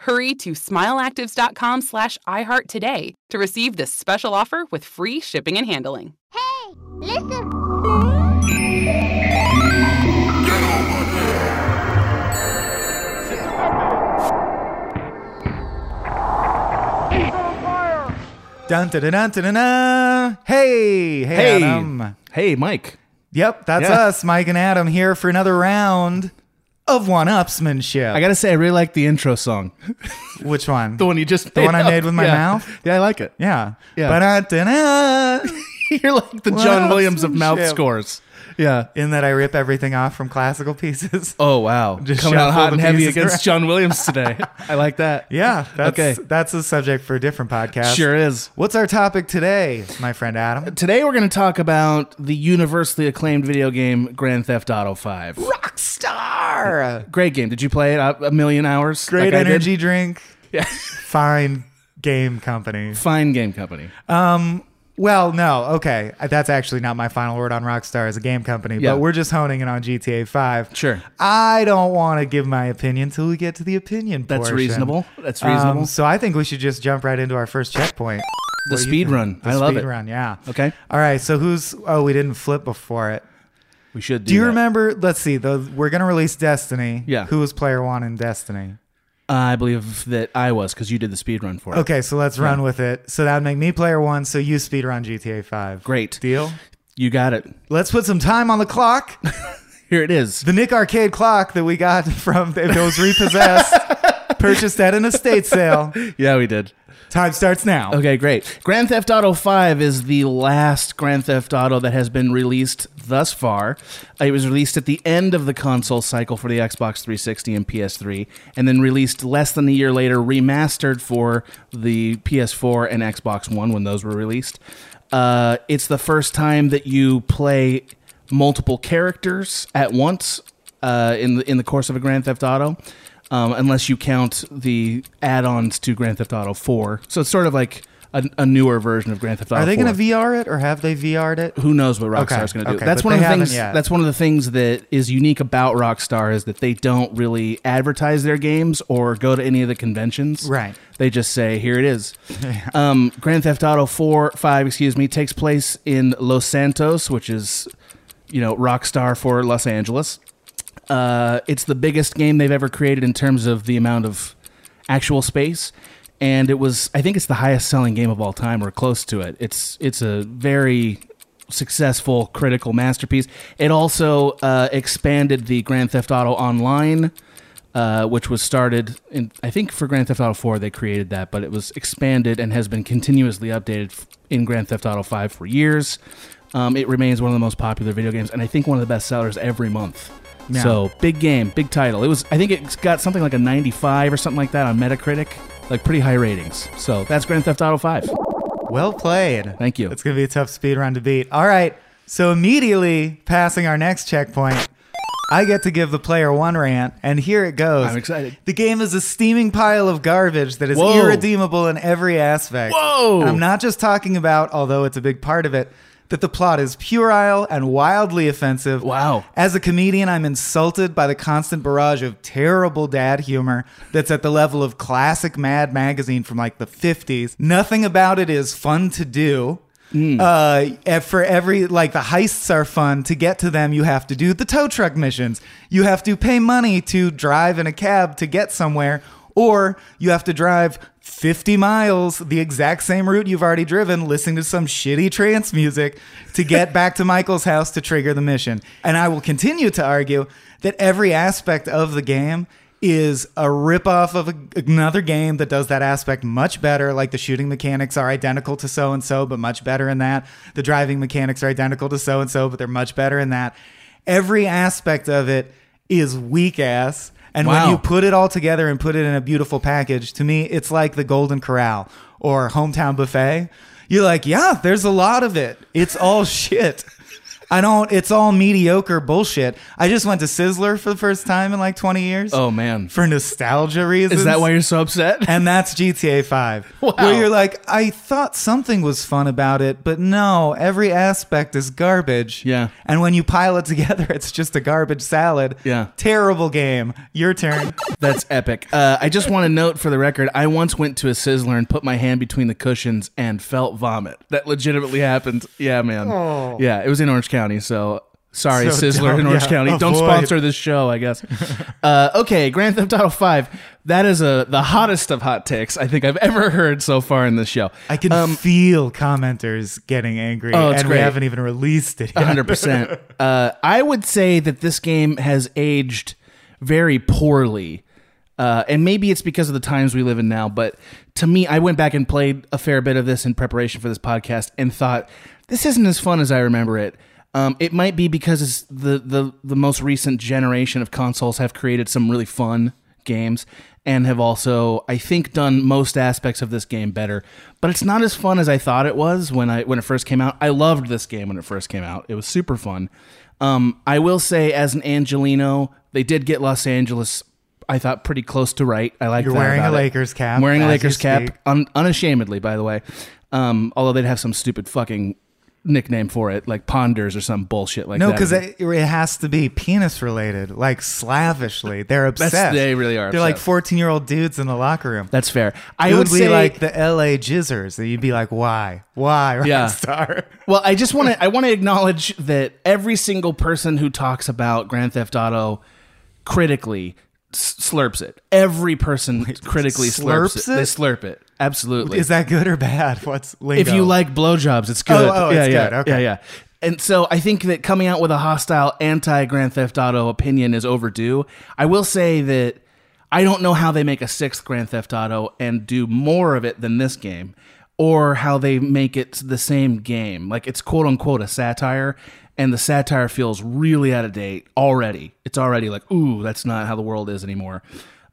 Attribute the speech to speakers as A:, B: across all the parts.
A: Hurry to smileactives.com slash iHeart today to receive this special offer with free shipping and handling.
B: Hey, listen.
C: Dun, dun, dun, dun, dun, dun, dun. Hey, hey,
D: Hey,
C: Adam.
D: hey, Mike.
C: Yep, that's
D: Yeah.
C: us, Mike and Adam, here for another round of one-upsmanship.
D: I gotta say, I really like the intro song,
C: which one?
D: the one you just
C: The one
D: made
C: I
D: up.
C: made with my
D: Yeah.
C: mouth?
D: Yeah, I like it.
C: yeah,
D: Yeah.
C: Ba-da-da-da.
D: You're like the
C: What
D: John
C: else
D: Williams of
C: and
D: mouth
C: shit?
D: scores. Yeah.
C: In that I rip everything off from classical pieces.
D: Oh wow,
C: Just
D: coming out
C: shuffle
D: hot and
C: the
D: heavy
C: pieces
D: against
C: around.
D: John Williams today. I like that.
C: Yeah, that's
D: Okay.
C: that's a subject for a different podcast.
D: Sure is.
C: What's our topic today, my friend Adam?
D: Today we're going to talk about the universally acclaimed video game Grand Theft Auto 5.
C: Rockstar.
D: Great game. Did you play it a a million hours?
C: Great
D: like I did?
C: energy drink.
D: Yeah.
C: Fine game company.
D: Fine game company.
C: Um, Well, no, okay. That's actually not my final word on Rockstar as a game company,
D: Yeah.
C: but we're just honing in on GTA 5.
D: Sure.
C: I don't want to give my opinion till we get to the opinion
D: That's
C: portion.
D: reasonable. That's
C: Um,
D: reasonable.
C: so I think we should just jump right into our first checkpoint.
D: the speed run.
C: The
D: I love
C: speed
D: it.
C: run, yeah.
D: Okay.
C: All right, so who's Oh, we didn't flip before it.
D: We should do
C: Do you
D: that.
C: remember? Let's see. The, we're going to release Destiny.
D: Yeah.
C: Who was player 1 in Destiny?
D: I believe that I was because you did the speed run for it.
C: Okay, so let's run with it. So that would make me player 1, so you speed run GTA 5.
D: Great.
C: Deal?
D: You got it.
C: Let's put some time on the clock.
D: Here it is.
C: the Nick Arcade clock that we got from it was repossessed, purchased at an estate sale.
D: yeah, we did.
C: Time starts now.
D: Okay, great. Grand Theft Auto 5 is the last Grand Theft Auto that has been released thus far. It was released at the end of the console cycle for the Xbox 360 and PS3, and then released less than a year later, remastered for the PS4 and Xbox One when those were released. Uh, it's the first time that you play multiple characters at once uh, in the, in the course of a Grand Theft Auto, um, unless you count the add-ons to Grand Theft Auto Four. So it's sort of like a, a newer version of Grand Theft Auto.
C: Are they going
D: 4.
C: to VR it or have they VR'd it?
D: Who knows what
C: Okay,
D: Rockstar's going to do?
C: okay,
D: that's
C: but
D: one of
C: they
D: the
C: haven't
D: things.
C: yet.
D: That's one of the things that is unique about Rockstar is that they don't really advertise their games or go to any of the conventions.
C: Right.
D: They just say, "Here it is." um, Grand Theft Auto Four, Five, excuse me, takes place in Los Santos, which is, you know, Rockstar for Los Angeles. Uh, it's the biggest game they've ever created in terms of the amount of actual space, and it was I think it's the highest selling game of all time or close to it. It's it's a very successful critical masterpiece. It also uh, expanded the Grand Theft Auto Online. Uh, which was started in, I think, for Grand Theft Auto 4, they created that, but it was expanded and has been continuously updated f- in Grand Theft Auto 5 for years. Um, it remains one of the most popular video games, and I think one of the best sellers every month.
C: Yeah.
D: So big game, big title. It was I think it's got something like a 95 or something like that on Metacritic, like pretty high ratings. So that's Grand Theft Auto 5.
C: Well played.
D: Thank you.
C: It's going to be a tough speed run to beat. All right. So immediately passing our next checkpoint, I get to give the player one rant, and here it goes.
D: I'm excited.
C: The game is a steaming pile of garbage that is
D: Whoa.
C: irredeemable in every aspect.
D: Whoa.
C: And I'm not just talking about, although it's a big part of it, that the plot is puerile and wildly offensive.
D: Wow.
C: As a comedian, I'm insulted by the constant barrage of terrible dad humor that's at the level of classic Mad magazine from like the 50s. Nothing about it is fun to do. Uh, and for every like the heists are fun. To get to them, you have to do the tow truck missions. You have to pay money to drive in a cab to get somewhere, or you have to drive 50 miles the exact same route you've already driven, listening to some shitty trance music to get back to Michael's house to trigger the mission. And I will continue to argue that every aspect of the game is a ripoff of a, another game that does that aspect much better. Like the shooting mechanics are identical to so and so, but much better in that. The driving mechanics are identical to so and so, but they're much better in that. Every aspect of it is weak ass. And
D: Wow.
C: when you put it all together and put it in a beautiful package, to me, it's like the Golden Corral or Hometown Buffet. You're like, yeah, there's a lot of it. It's all shit. I don't, it's all mediocre bullshit. I just went to Sizzler for the first time in like 20 years
D: Oh man,
C: for nostalgia reasons.
D: is that why you're so upset?
C: And that's GTA 5.
D: Wow.
C: Where you're like, I thought something was fun about it, but no, every aspect is garbage.
D: Yeah.
C: And when you pile it together, it's just a garbage salad.
D: Yeah.
C: Terrible game. Your turn.
D: That's epic. Uh, I just want to note for the record, I once went to a Sizzler and put my hand between the cushions and felt vomit. That legitimately happened. Yeah, man. Yeah, it was in Orange County, so sorry,
C: Oh. So
D: Sizzler
C: don't-
D: in Orange
C: yeah,
D: County. Don't
C: avoid.
D: sponsor this show, I guess. uh, okay, Grand Theft Auto Five. That is a the hottest of hot takes I think I've ever heard so far in this show.
C: I can feel commenters getting angry,
D: Um, Oh, it's
C: and
D: great.
C: we haven't even released it yet.
D: hundred percent. Uh, I would say that this game has aged very poorly, uh, and maybe it's because of the times we live in now. But to me, I went back and played a fair bit of this in preparation for this podcast, and thought this isn't as fun as I remember it. Um, it might be because it's the, the the most recent generation of consoles have created some really fun games and have also I think done most aspects of this game better. But it's not as fun as I thought it was when I when it first came out. I loved this game when it first came out. It was super fun. Um, I will say as an Angelino, they did get Los Angeles I thought pretty close to right. I like
C: You're
D: that
C: wearing a
D: about it.
C: Lakers cap
D: I'm wearing a
C: as you
D: Lakers
C: speak.
D: cap un- unashamedly by the way. Um, although they'd have some stupid fucking nickname for it like Ponders or some bullshit like
C: No,
D: that.
C: because it, it has to be penis related, like slavishly. They're obsessed.
D: they really are
C: They're like
D: obsessed.
C: 14 year old dudes in the locker room.
D: that's fair. I
C: it
D: would
C: would be
D: say
C: like the LA jizzers. That you'd be like, why? Why?
D: Yeah.
C: Rockstar?
D: Well, I just want to I want to acknowledge that every single person who talks about Grand Theft Auto critically s- slurps it. Every person critically slurps,
C: slurps
D: it. They
C: it?
D: slurp it. Absolutely.
C: Is that good or bad? What's lingo?
D: if you like blowjobs, it's good.
C: oh,
D: yeah,
C: it's
D: yeah,
C: good. Okay.
D: yeah, yeah. And so I think that coming out with a hostile anti Grand Theft Auto opinion is overdue. I will say that I don't know how they make a sixth Grand Theft Auto and do more of it than this game, or how they make it the same game. Like it's quote unquote a satire, and the satire feels really out of date already. It's already like, ooh, that's not how the world is anymore.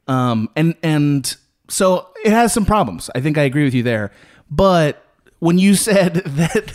D: Um, and and so it has some problems. I think I agree with you there, but when you said that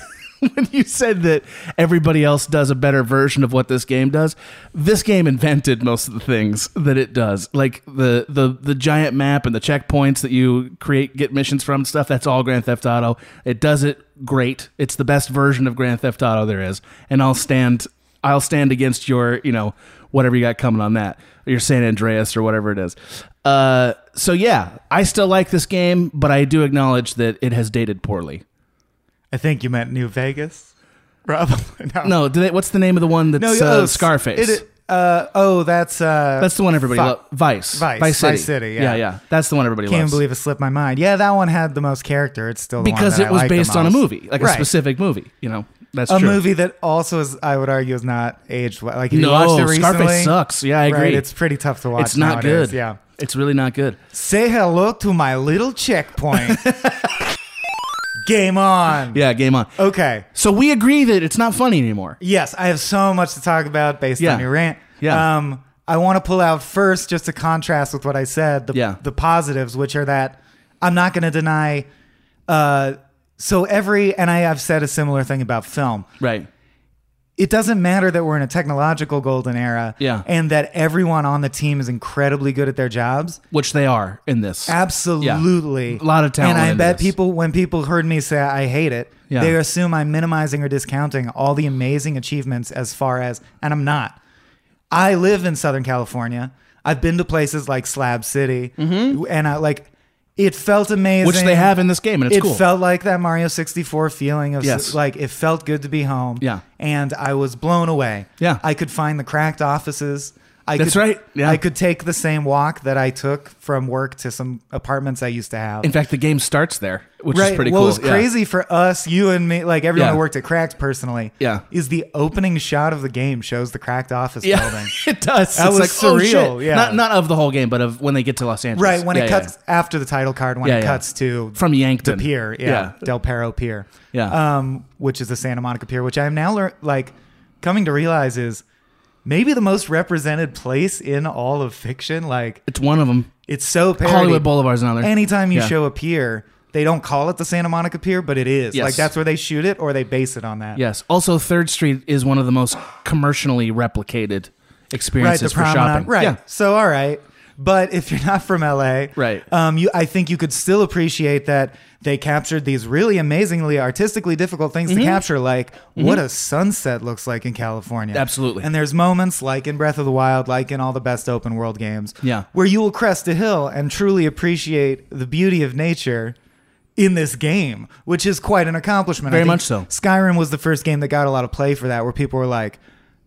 D: when you said that everybody else does a better version of what this game does this game invented most of the things that it does like the the the giant map and the checkpoints that you create get missions from and stuff that's all grand theft auto it does it great it's the best version of grand theft auto there is and i'll stand i'll stand against your you know whatever you got coming on that your san andreas or whatever it is uh so yeah i still like this game but i do acknowledge that it has dated poorly
C: I think you meant New Vegas. Probably. No.
D: No, do they, what's the name of the one that's
C: you-
D: uh,
C: oh,
D: Scarface?
C: it- uh, oh, that's. Uh,
D: that's the one everybody
C: fuck.
D: loves. Vice.
C: Vice.
D: City.
C: Vice City, yeah.
D: yeah, That's the one everybody
C: Can't
D: loves.
C: believe it slipped my mind. Yeah, that one had the most character. It's still the one
D: because
C: that
D: it
C: I
D: was
C: like the
D: based on a
C: most.
D: movie, like a
C: Right.
D: specific movie. You know, that's
C: a
D: true.
C: movie that also is, I would argue, is not aged well. Like if
D: No,
C: you watched it recently,
D: Scarface sucks. Yeah, I agree.
C: Right, it's pretty tough to watch.
D: It's not
C: nowadays,
D: good.
C: Yeah.
D: It's really not good.
C: Say hello to my little checkpoint. Game on.
D: Yeah, game on.
C: Okay.
D: So we agree that it's not funny anymore.
C: Yes, I have so much to talk about based
D: Yeah.
C: on your rant.
D: Yeah.
C: Um, I want to pull out first just to contrast with what I said. The,
D: Yeah.
C: the positives, which are that I'm not going to deny. Uh, so every and I have said a similar thing about film.
D: Right.
C: it doesn't matter that we're in a technological golden era
D: Yeah.
C: and that everyone on the team is incredibly good at their jobs.
D: which they are in this.
C: Absolutely.
D: A lot of talent
C: And I
D: in
C: bet
D: this.
C: people, when people heard me say I hate it,
D: Yeah.
C: they assume I'm minimizing or discounting all the amazing achievements as far as, and I'm not. I live in Southern California. I've been to places like Slab City, and I like it felt amazing,
D: Mm-hmm. Which they have in this game, and it's
C: it
D: cool.
C: felt like that Mario 64 feeling of
D: Yes.
C: like it felt good to be home.
D: Yeah.
C: and I was blown away.
D: Yeah.
C: I could find the cracked offices. I
D: That's
C: could,
D: right. Yeah.
C: I could take the same walk that I took from work to some apartments I used to have.
D: in fact, the game starts there, which
C: right.
D: is pretty
C: what
D: cool.
C: was
D: Yeah.
C: crazy for us, you and me, like everyone
D: Yeah.
C: who worked at Cracked personally,
D: Yeah.
C: is the opening shot of the game shows the cracked office
D: Yeah,
C: building.
D: it does.
C: That was
D: it's like, oh,
C: surreal,
D: shit.
C: yeah.
D: not not of the whole game, but of when they get to Los Angeles.
C: Right when
D: Yeah,
C: it
D: yeah.
C: cuts after the title card, when
D: Yeah,
C: it
D: yeah.
C: cuts to
D: From
C: the
D: Yankton.
C: pier, yeah, Del Perro Pier,
D: Yeah.
C: um, which is the Santa Monica Pier, which I am now lear- like coming to realize is maybe the most represented place in all of fiction. Like
D: It's one of them.
C: it's so parodied.
D: Hollywood Boulevard's another.
C: Anytime you
D: Yeah.
C: show a pier, they don't call it the Santa Monica Pier, but it is
D: Yes.
C: like that's where they shoot it, or they base it on that.
D: Yes. Also, Third Street is one of the most commercially replicated
C: right, the
D: experiences for
C: promenade,
D: shopping.
C: right.
D: Yeah.
C: So all right, but if you're not from LA,
D: Right.
C: um, you I think you could still appreciate that they captured these really amazingly artistically difficult things
D: Mm-hmm.
C: to capture, like what a sunset looks like in California.
D: Absolutely.
C: And there's moments like in Breath of the Wild, like in all the best open world games,
D: Yeah.
C: where you will crest a hill and truly appreciate the beauty of nature. In this game, which is quite an accomplishment. I
D: Very
C: think
D: much so.
C: Skyrim was the first game that got a lot of play for that, where people were like,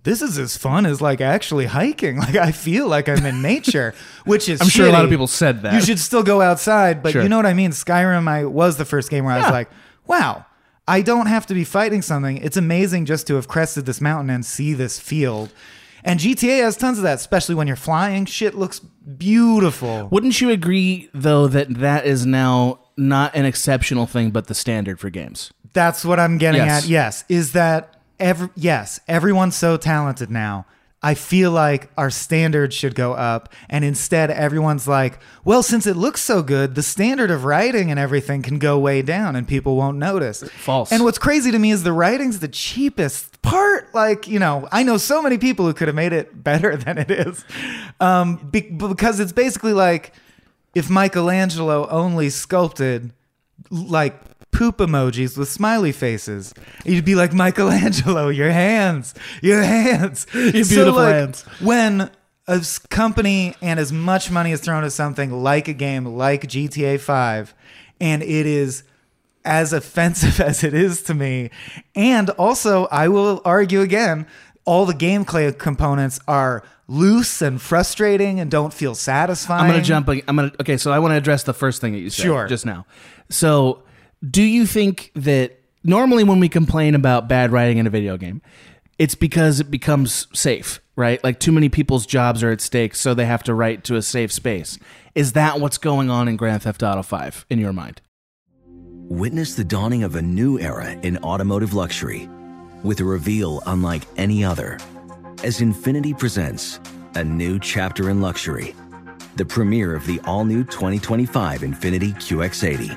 C: "This is as fun as like actually hiking. Like I feel like I'm in nature," which is
D: I'm sure a lot of
C: shitty.
D: people said that.
C: You should still go outside, but
D: Sure.
C: you know what I mean. Skyrim, I was the first game where I
D: Yeah.
C: was like, "Wow." I don't have to be fighting something. It's amazing just to have crested this mountain and see this field. And GTA has tons of that, especially when you're flying. Shit looks beautiful.
D: Wouldn't you agree, though, that that is now not an exceptional thing, but the standard for games?
C: That's what I'm getting
D: Yes.
C: at. Yes, is that every yes, everyone's so talented now. I feel like our standard should go up, and instead, everyone's like, "Well, since it looks so good, the standard of writing and everything can go way down, and people won't notice."
D: False.
C: And what's crazy to me is the writing's the cheapest part. Like, you know, I know so many people who could have made it better than it is, um, be- because it's basically like if Michelangelo only sculpted like poop emojis with smiley faces. You'd be like Michelangelo, your hands, your hands, your
D: beautiful hands.
C: When a s- company and as much money is thrown at something like a game like GTA 5, and it is as offensive as it is to me, and also I will argue again, all the gameplay components are loose and frustrating and don't feel satisfying.
D: I'm gonna jump. ag- I'm gonna. Okay, so I want to address the first thing that you said
C: Sure.
D: just now. So, do you think that normally when we complain about bad writing in a video game, it's because it becomes safe, right? Like too many people's jobs are at stake, so they have to write to a safe space. Is that what's going on in Grand Theft Auto Five in your mind?
E: Witness the dawning of a new era in automotive luxury with a reveal unlike any other as Infinity presents a new chapter in luxury, the premiere of the all new 2025 Infinity QX80.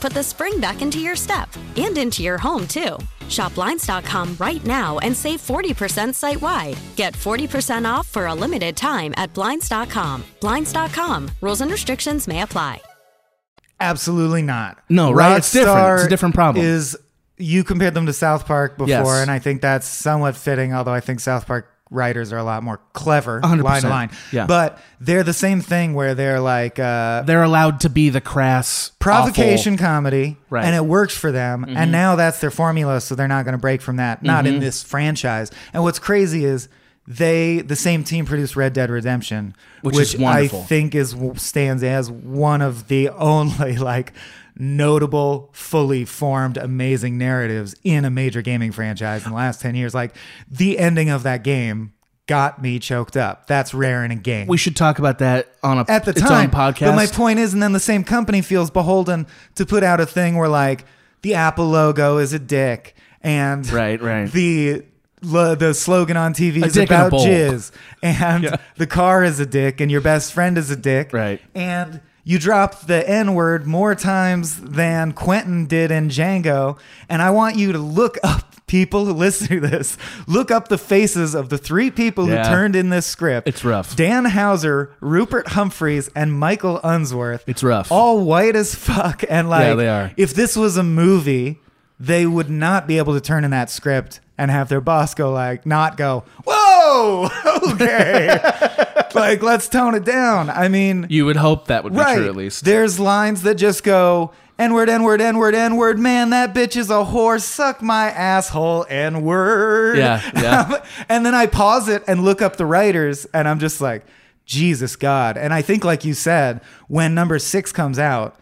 F: put the spring back into your step and into your home, too. Shop Blinds.com right now and save 40% site wide. Get 40% off for a limited time at Blinds.com. Blinds.com, rules and restrictions may apply.
C: Absolutely not.
D: No, right? It's different. It's a different problem.
C: Is you compared them to South Park before,
D: Yes.
C: and I think that's somewhat fitting. Although I think South Park writers are a lot more clever,
D: 100%.
C: line to line.
D: Yeah.
C: but they're the same thing where they're like uh,
D: They're allowed to be the crass
C: provocation comedy,
D: Right. Mm-hmm.
C: and it worked for them. And now that's their formula, so they're not going to break from that. Not in this franchise. And what's crazy is they, the same team, produced Red Dead Redemption,
D: Which is
C: I
D: wonderful.
C: think is stands as one of the only like notable, fully formed, amazing narratives in a major gaming franchise in the last ten years. Like the ending of that game. Got me choked up. That's rare in a game
D: We should talk about that on a
C: at the
D: its
C: time
D: own podcast.
C: But my point is, and then the same company feels beholden to put out a thing where like the Apple logo is a dick, and
D: Right, right.
C: the lo- the slogan on TV
D: A
C: is
D: dick in a
C: about
D: bowl.
C: jizz, and
D: Yeah.
C: the car is a dick, and your best friend is a dick,
D: Right.
C: and you dropped the N word more times than Quentin did in Django. And I want you to look up people who listen to this. Look up the faces of the three people
D: Yeah.
C: who turned in this script.
D: It's rough.
C: Dan Hauser, Rupert Humphreys, and Michael Unsworth.
D: It's rough.
C: All white as fuck. And like,
D: Yeah, they are.
C: if this was a movie, they would not be able to turn in that script and have their boss go like, not go, whoa, okay. like, let's tone it down. I mean,
D: you would hope that would be
C: right.
D: true at least.
C: There's lines that just go N word, N word, N word, N word. Man, that bitch is a whore. Suck my asshole, N word.
D: Yeah, yeah.
C: and then I pause it and look up the writers, and I'm just like, Jesus God. And I think, like you said, when number six comes out,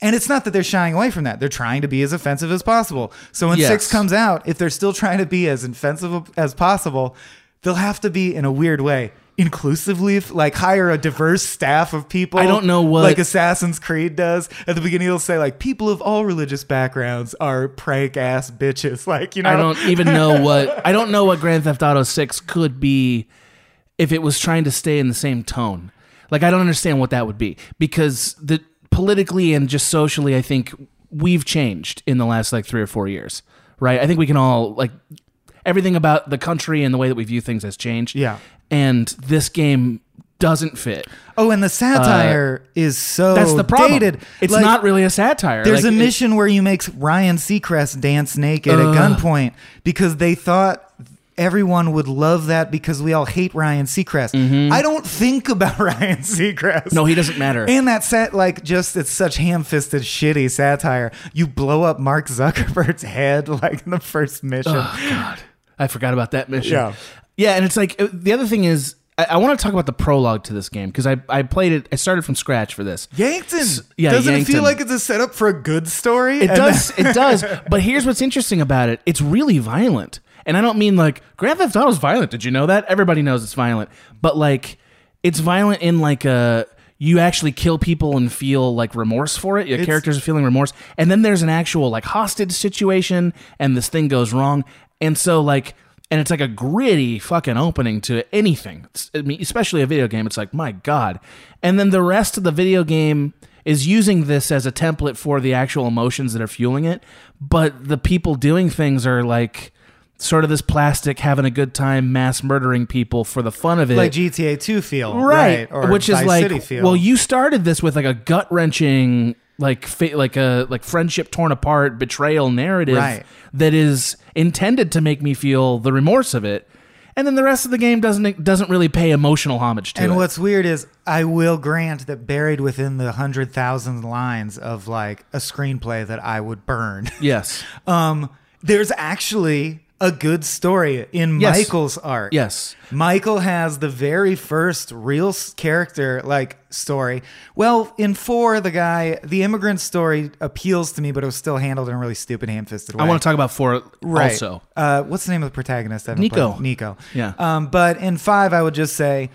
C: and it's not that they're shying away from that. They're trying to be as offensive as possible. So when
D: Yes.
C: six comes out, if they're still trying to be as offensive as possible, they'll have to be in a weird way inclusively like hire a diverse staff of people
D: I don't know what-
C: like Assassin's Creed does. At the beginning, it'll say like people of all religious backgrounds are prank ass bitches. Like you know,
D: I don't even know what I don't know what Grand Theft Auto 6 could be if it was trying to stay in the same tone. Like I don't understand what that would be because the politically and just socially I think we've changed in the last like 3 or 4 years, right? I think we can all like everything about the country and the way that we view things has changed.
C: Yeah.
D: And this game doesn't fit.
C: Oh, and the satire is so
D: Uh, That's the problem.
C: Oh, dated.
D: It's
C: Like,
D: not really a satire.
C: There's
D: Like,
C: a
D: it-
C: mission where you make Ryan Seacrest dance naked at gunpoint because they thought everyone would love that because we all hate Ryan Seacrest. I don't think about Ryan Seacrest.
D: Mm-hmm. No, he doesn't matter.
C: And that set, like, just it's such ham-fisted, shitty satire. You blow up Mark Zuckerberg's head like in the first mission.
D: I forgot about that mission.
C: Yeah.
D: Yeah, and it's like uh, the other thing is I, I want to talk about the prologue to this game because I, I played it. I started from scratch for this.
C: Yankton.
D: S- yeah,
C: Doesn't it
D: Yankton.
C: feel like it's a setup for a good story?
D: It
C: And
D: does.
C: then-
D: it does. But here's what's interesting about it. It's really violent, and I don't mean like Grand Theft Auto's violent. Did you know that? Everybody knows it's violent, but like it's violent in like a you actually kill people and feel like remorse for it. Your characters are feeling remorse, and then there's an actual like hostage situation, and this thing goes wrong, and so like. And it's like a gritty fucking opening to anything. It's- I mean, especially a video game. It's like, my God. And then the rest of the video game is using this as a template for the actual emotions that are fueling it, but the people doing things are like sort of this plastic having a good time mass murdering people for the fun of it.
C: like GTA 2 feel.
D: right.
C: Or
D: Which is
C: Vice
D: like
C: City feel.
D: well you started this with like a gut-wrenching like fa- like a like friendship torn apart betrayal narrative
C: Right.
D: that is intended to make me feel the remorse of it. and then the rest of the game doesn't doesn't really pay emotional homage to
C: And
D: it.
C: what's weird is I will grant that buried within the hundred thousand lines of like a screenplay that I would burn,
D: yes,
C: um, there's actually a good story in
D: Yes.
C: Michael's arc.
D: Yes.
C: Michael has the very first real s- character like story. Well, in four, the guy, the immigrant story appeals to me, but it was still handled in a really stupid, hand-fisted way.
D: I want to talk about four
C: Right.
D: also.
C: Uh, what's the name of the protagonist? I haven't
D: Nico.
C: played- Nico.
D: Yeah.
C: Um, but in five, I would just say,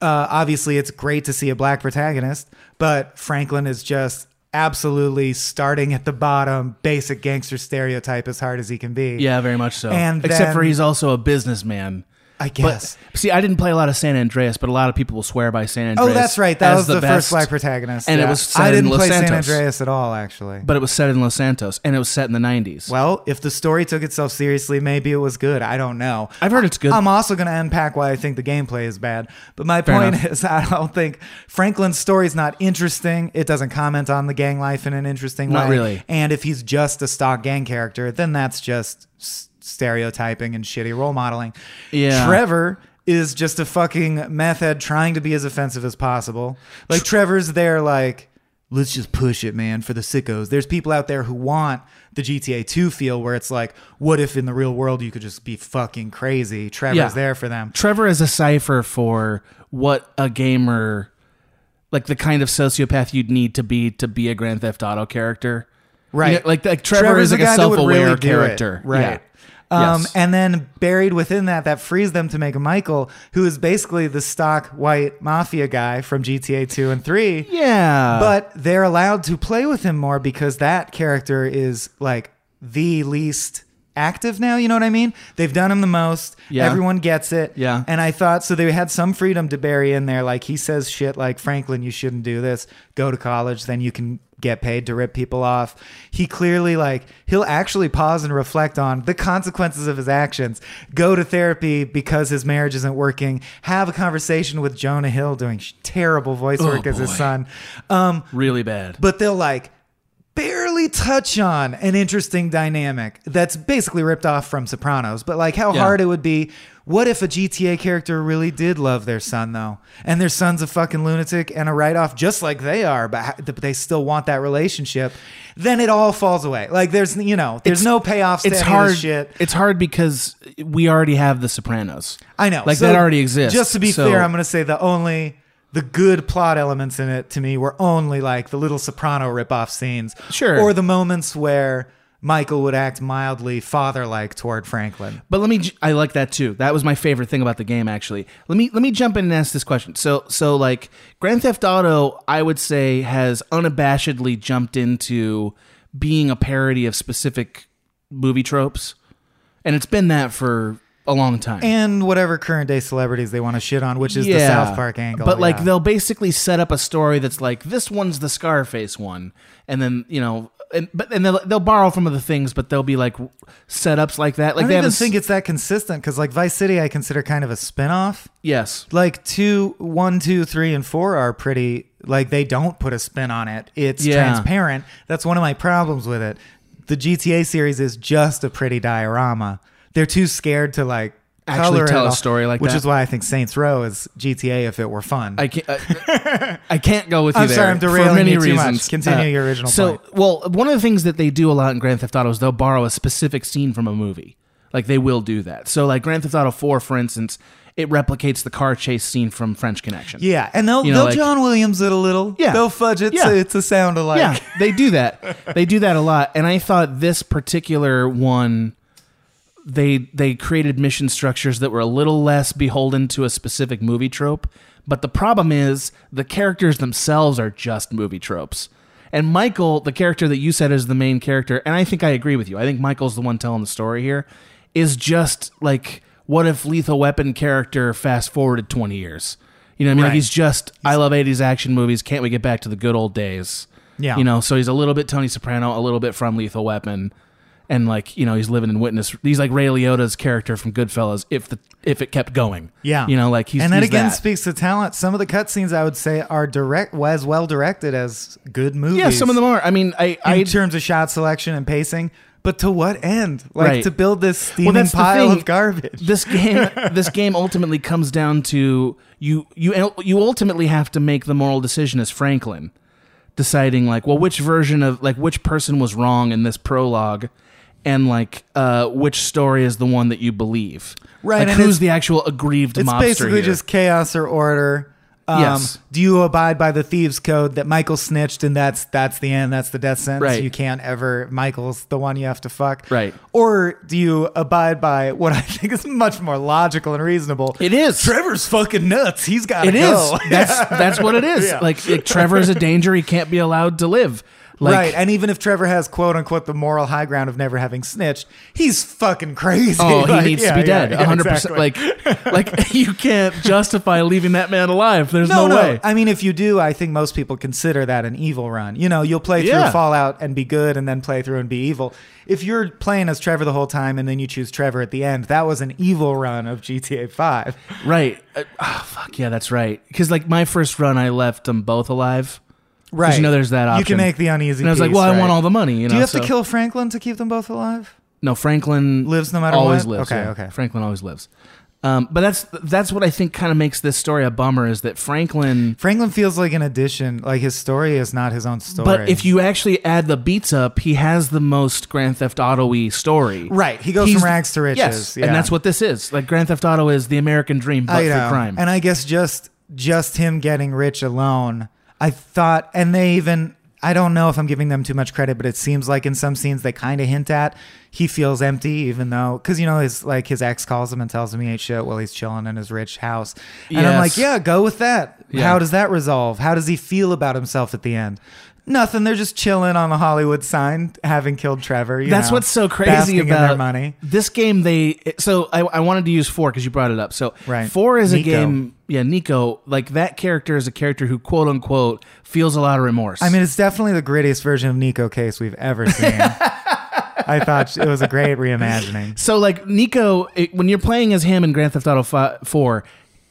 C: uh, obviously, it's great to see a black protagonist, but Franklin is just absolutely starting at the bottom, basic gangster stereotype as hard as he can be.
D: Yeah, very much so.
C: And
D: except
C: then-
D: for he's also a businessman.
C: I guess.
D: But see, I didn't play a lot of San Andreas, but a lot of people will swear by San Andreas.
C: oh, that's right. That
D: as
C: was the,
D: best.
C: first black protagonist,
D: and it
C: Yeah.
D: was set
C: I didn't
D: in Los
C: play San
D: Santos.
C: Andreas at all, actually.
D: But it was set in Los Santos, and it was set in the '90s.
C: well, if the story took itself seriously, maybe it was good. I don't know.
D: I've heard it's good.
C: I'm also going to unpack why I think the gameplay is bad. But my point
D: enough.
C: is, I don't think Franklin's story is not interesting. It doesn't comment on the gang life in an interesting
D: Not
C: way.
D: really.
C: And if he's just a stock gang character, then that's just s- stereotyping and shitty role modeling.
D: Yeah.
C: Trevor is just a fucking meth head trying to be as offensive as possible. Like Trevor's there, like. Let's just push it, man, for the sickos. There's people out there who want the GTA 2 feel where it's like, what if in the real world you could just be fucking crazy? Trevor's
D: Yeah.
C: there for them.
D: Trevor is a cipher for what a gamer, like the kind of sociopath you'd need to be to be a Grand Theft Auto character.
C: Right.
D: You know, like- like Trevor is
C: the
D: like a
C: guy that would
D: self-aware
C: do it.
D: character.
C: Right.
D: Yeah.
C: Um,
D: Yes.
C: And then buried within that, that frees them to make Michael, who is basically the stock white mafia guy from GTA 2 and 3.
D: Yeah,
C: But they're allowed to play with him more because that character is like the least active now. You know what I mean? They've done him the most.
D: Yeah.
C: Everyone gets it.
D: Yeah.
C: And I thought so they had some freedom to bury in there. Like he says shit like, Franklin, you shouldn't do this. Go to college, then you can get paid to rip people off. He clearly like he'll actually pause and reflect on the consequences of his actions. Go to therapy because his marriage isn't working. Have a conversation with Jonah Hill doing sh- terrible voice work as his
D: Oh, boy.
C: son. Um
D: really bad.
C: but they'll like barely touch on an interesting dynamic that's basically ripped off from Sopranos. But like how
D: Yeah.
C: hard it would be. What if a GTA character really did love their son though, and their son's a fucking lunatic and a write-off just like they are, but ha- but they still want that relationship? Then it all falls away. Like there's you know there's no payoffs. To
D: it's
C: any Of
D: hard.
C: this shit.
D: It's hard because we already have The Sopranos.
C: I know.
D: like
C: So,
D: that already exists.
C: Just to be
D: So-
C: clear, I'm going to say the only the good plot elements in it to me were only like the little Soprano ripoff scenes,
D: Sure.
C: or the moments where Michael would act mildly father-like toward Franklin.
D: But let me. j- I like that too. That was my favorite thing about the game, actually. Let me let me jump in and ask this question. So so like Grand Theft Auto, I would say has unabashedly jumped into being a parody of specific movie tropes, and it's been that for a long time.
C: And whatever current day celebrities they want to shit on, which is the South Park angle.
D: But like
C: yeah.
D: they'll basically set up a story that's like this one's the Scarface one, and then you know, and but and they'll they'll borrow from other things, but they'll be like setups like that. Like
C: I
D: they
C: don't even
D: have a,
C: think it's that consistent because like Vice City, I consider kind of a spin-off.
D: yes.
C: like two one two three and four are pretty like they don't put a spin on it it's
D: Yeah.
C: transparent that's one of my problems with it the gta series is just a pretty diorama they're too scared to like
D: Actually
C: color it
D: tell a
C: all,
D: story like
C: which
D: that.
C: is why i think saints row is gta if it were fun
D: I can't. I, I can't go with you
C: uh, I'm
D: there.
C: sorry, I'm
D: for
C: derailing
D: many
C: you too much.
D: reasons. Uh,
C: Continue your original
D: So,
C: point.
D: well, one of the things that they do a lot in Grand Theft Auto is they'll borrow a specific scene from a movie. Like they will do that. So, like Grand Theft Auto Four, for instance, it replicates the car chase scene from French Connection.
C: yeah and they'll,
D: You know,
C: they'll
D: like-
C: john williams it a little
D: Yeah.
C: they'll fudge it so
D: Yeah.
C: it's a sound alike
D: yeah, they do that. They do that a lot. And I thought this particular one, they they created mission structures that were a little less beholden to a specific movie trope. But the problem is the characters themselves are just movie tropes. And Michael, the character that you said is the main character, and I think I agree with you. I think Michael's the one telling the story here, is just like what if Lethal Weapon character fast forwarded twenty years? You know what I mean? Like
C: Right.
D: he's just I love '80s action movies. Can't we get back to the good old days?
C: Yeah.
D: You know, so he's a little bit Tony Soprano, a little bit from Lethal Weapon, and like you know he's living in Witness. He's like Ray Liotta's character from Goodfellas. If the if it kept going,
C: Yeah,
D: You know, like he's
C: and that
D: he's
C: again
D: that.
C: speaks to talent. Some of the cutscenes I would say are direct, as well directed as good movies.
D: Yeah, some of them are. I mean, I
C: in
D: I
C: terms of shot selection and pacing. But to what end? Like
D: Right.
C: to build this steaming
D: that's the
C: pile
D: thing.
C: of garbage.
D: This game, this game ultimately comes down to you. You you ultimately have to make the moral decision as Franklin, deciding like, well, which version of like which person was wrong in this prologue, and like uh, which story is the one that you believe.
C: Right,
D: Like,
C: and
D: who's
C: it's-
D: the actual aggrieved
C: it's
D: mobster
C: basically
D: here?
C: just chaos or order. Um,
D: Yes.
C: Do you abide by the thieves' code that Michael snitched, and that's that's the end, that's the death sentence.
D: Right.
C: You can't ever. Michael's the one you have to fuck.
D: Right.
C: Or do you abide by what I think is much more logical and reasonable?
D: It is.
C: Trevor's fucking nuts. He's got to
D: It is.
C: go.
D: That's that's what it is.
C: Yeah.
D: Like, like Trevor is a danger; he can't be allowed to live. Like,
C: right. And even if Trevor has quote unquote the moral high ground of never having snitched, he's fucking crazy.
D: Oh,
C: Like,
D: he needs
C: yeah,
D: to
C: yeah,
D: be dead.
C: yeah,
D: 100%.
C: exactly.
D: Like, like you can't justify leaving that man alive. There's no, way.
C: I mean, if you do, I think most people consider that an evil run. You know, you'll play through
D: Yeah.
C: Fallout and be good and then play through and be evil. If you're playing as Trevor the whole time and then you choose Trevor at the end, that was an evil run of GTA 5.
D: right. Uh, oh, fuck. Yeah, that's right. Because, like, my first run, I left them both alive. 'Cause You know, there's that option.
C: You can make the uneasy
D: And I was like,
C: peace,
D: well, I
C: right?
D: want all the money. You know,
C: Do you have
D: so-
C: to kill Franklin to keep them both alive?
D: No, Franklin
C: Lives no matter
D: always
C: what?
D: lives.
C: Okay,
D: yeah.
C: okay.
D: Franklin always lives. Um, but that's that's what I think kind of makes this story a bummer is that Franklin.
C: Franklin feels like an addition. Like his story is not his own story.
D: But if you actually add the beats up, he has the most Grand Theft Auto y story.
C: Right, he goes
D: He's-
C: from rags to riches.
D: Yes,
C: yeah.
D: and that's what this is. Like Grand Theft Auto is the American dream, but
C: I know.
D: for crime.
C: And I guess just just him getting rich alone, I thought, and they even. I don't know if I'm giving them too much credit, but it seems like in some scenes they kind of hint at he feels empty, even though because you know his like his ex calls him and tells him he ain't shit while he's chilling in his rich house, and I'm like,
D: Yes.
C: yeah, go with that.
D: Yeah.
C: How does that resolve? How does he feel about himself at the end? Nothing. They're just chilling on a Hollywood sign, having killed Trevor. you
D: That's
C: know,
D: what's so
C: basking
D: crazy
C: in their
D: about
C: money.
D: this game. They so I, I wanted to use four because you brought it up. So
C: Right.
D: four is
C: Nico.
D: a game. Yeah, Nico. Like that character is a character who quote unquote feels a lot of remorse.
C: I mean, it's definitely the grittiest version of Nico Case we've ever seen. I thought it was a great reimagining.
D: so like Nico, it- when you're playing as him in Grand Theft Auto fi- Four.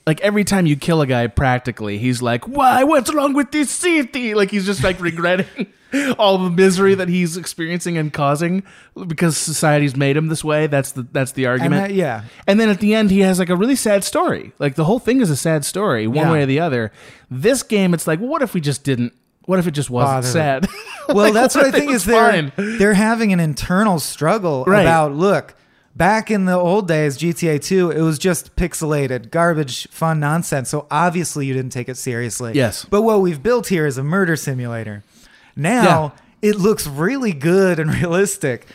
D: Like every time you kill a guy, practically, he's like, "Why? What's wrong with this city?" Like he's just like regretting all the misery that he's experiencing and causing because society's made him this way. That's the that's the
C: And
D: argument.
C: that- yeah,
D: And then at the end, he has like a really sad story. Like the whole thing is a sad story, one
C: Yeah.
D: way or the other. This game, it's like, well, what if we just didn't? What if it just wasn't
C: Bother.
D: sad?
C: well,
D: Like,
C: that's what I
D: if it
C: think
D: was
C: is they're
D: fine?
C: they're having an internal struggle
D: Right.
C: about look. Back in the old days, GTA 2, it was just pixelated, garbage, fun nonsense. So obviously you didn't take it seriously.
D: Yes.
C: But what we've built here is a murder simulator. Now it looks really good and realistic.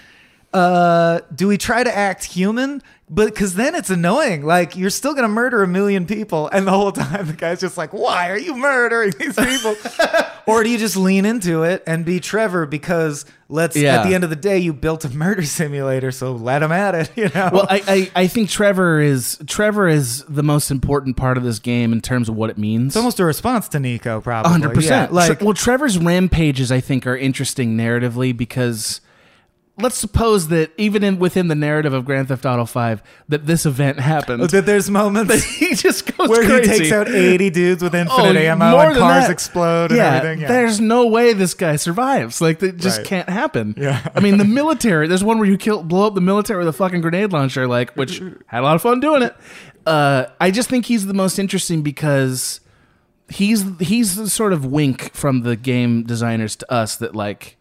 C: Uh, do we try to act human? But because then it's annoying. Like you're still gonna murder a million people, and the whole time the guy's just like, "Why are you murdering these people?" or do you just lean into it and be Trevor? Because let's
D: Yeah.
C: at the end of the day, you built a murder simulator, so let him at it. You know.
D: Well, I, I I think Trevor is Trevor is the most important part of this game in terms of what it means.
C: it's almost a response to Nico, probably.
D: hundred
C: Yeah,
D: percent.
C: Like,
D: Like, well, Trevor's rampages, I think, are interesting narratively because let's suppose that even in within the narrative of Grand Theft Auto Five, that this event happened.
C: that there's moments.
D: he just goes
C: Where
D: crazy.
C: he takes out 80 dudes with
D: Oh,
C: infinite ammo
D: more
C: and
D: than
C: cars
D: that.
C: explode and
D: yeah,
C: everything. Yeah.
D: There's no way this guy survives. Like that just
C: Right.
D: can't happen. Yeah. I mean the military there's one where you kill blow up the military with a fucking grenade launcher, like which had a lot of fun doing it. Uh, I just think he's the most interesting because he's he's the sort of wink from the game designers to us that like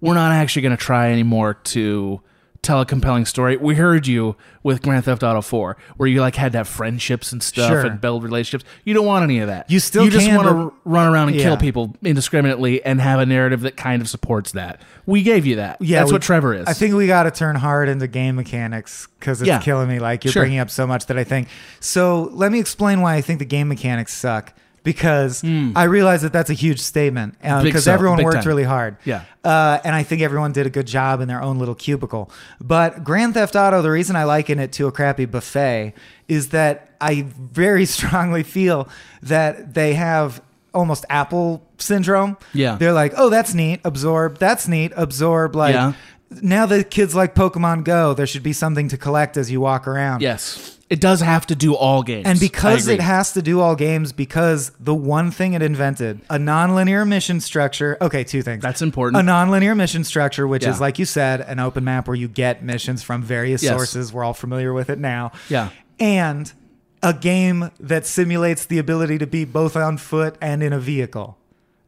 D: we're not actually going to try anymore to tell a compelling story. We heard you with Grand Theft Auto 4 where you like had to have friendships and stuff
C: Sure.
D: and build relationships. You don't want any of that.
C: You still
D: you just
C: can,
D: want to
C: but-
D: run around and
C: Yeah.
D: kill people indiscriminately and have a narrative that kind of supports that. We gave you that. that's
C: we-
D: what Trevor is.
C: I think we got to turn hard into game mechanics because it's
D: Yeah.
C: killing me. Like you're
D: Sure.
C: bringing up so much that I think. So let me explain why I think the game mechanics suck because I realize that that's a huge statement
D: Hmm. Big
C: because
D: so-
C: everyone
D: big
C: worked
D: time.
C: really hard.
D: Yeah.
C: Uh, and I think everyone did a good job in their own little cubicle. But Grand Theft Auto, the reason I liken it to a crappy buffet is that I very strongly feel that they have almost Apple syndrome.
D: Yeah.
C: They're like, oh, that's neat, absorb. That's neat, absorb. Like,
D: Yeah.
C: now the kids like Pokemon Go. There should be something to collect as you walk around.
D: yes. It does have to do all games.
C: And
D: I
C: because
D: agree.
C: it has to do all games, because the one thing it invented, a nonlinear mission structure. Okay, two things.
D: That's important.
C: A nonlinear mission structure, which is,
D: Yeah.
C: like you said, an open map where you get missions from various
D: Yes.
C: sources. We're all familiar with it now.
D: Yeah.
C: And a game that simulates the ability to be both on foot and in a vehicle.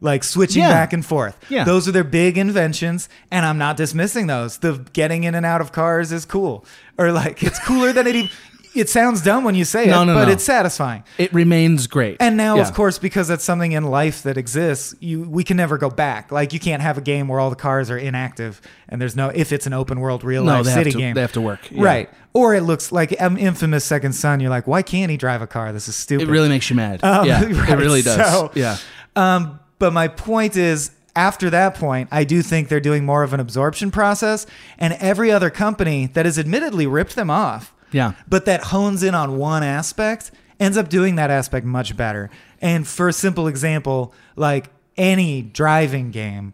C: Like switching
D: Yeah.
C: back and forth.
D: Yeah.
C: Those are their big inventions, and I'm not dismissing those. The getting in and out of cars is cool. Or like it's cooler than it even it sounds dumb when you say it,
D: No, no,
C: but
D: no.
C: it's satisfying.
D: it remains great.
C: And now,
D: Yeah.
C: of course, because that's something in life that exists, you we can never go back. Like you can't have a game where all the cars are inactive and there's no if it's an open world real
D: No,
C: life
D: they have
C: city
D: to-
C: game.
D: they have to work, yeah.
C: Right. Or it looks like um, infamous Second Son, you're like, why can't he drive a car? This is
D: it
C: stupid.
D: really makes you mad.
C: Um,
D: yeah, it
C: right,
D: really does.
C: so-
D: yeah,
C: Um, but my point is, after that point, I do think they're doing more of an absorption process, and every other company that has admittedly ripped them off,
D: Yeah.
C: but that hones in on one aspect ends up doing that aspect much better. And for a simple example, like any driving game,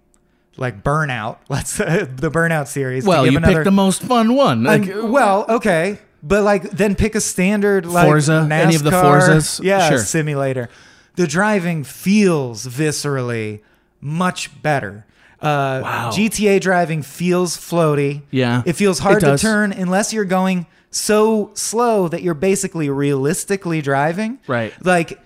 C: like Burnout, let's the Burnout series. to
D: well,
C: give
D: you
C: another-
D: picked the most fun one. Like,
C: I'm- well, okay, but like then pick a standard like
D: Forza, any of the
C: NASCAR,
D: Forzas?
C: yeah,
D: Sure.
C: simulator. The driving feels viscerally much better. Uh, GTA driving feels floaty.
D: Yeah,
C: it feels
D: it
C: hard to
D: does.
C: turn unless you're going so slow that you're basically realistically driving.
D: Right.
C: like.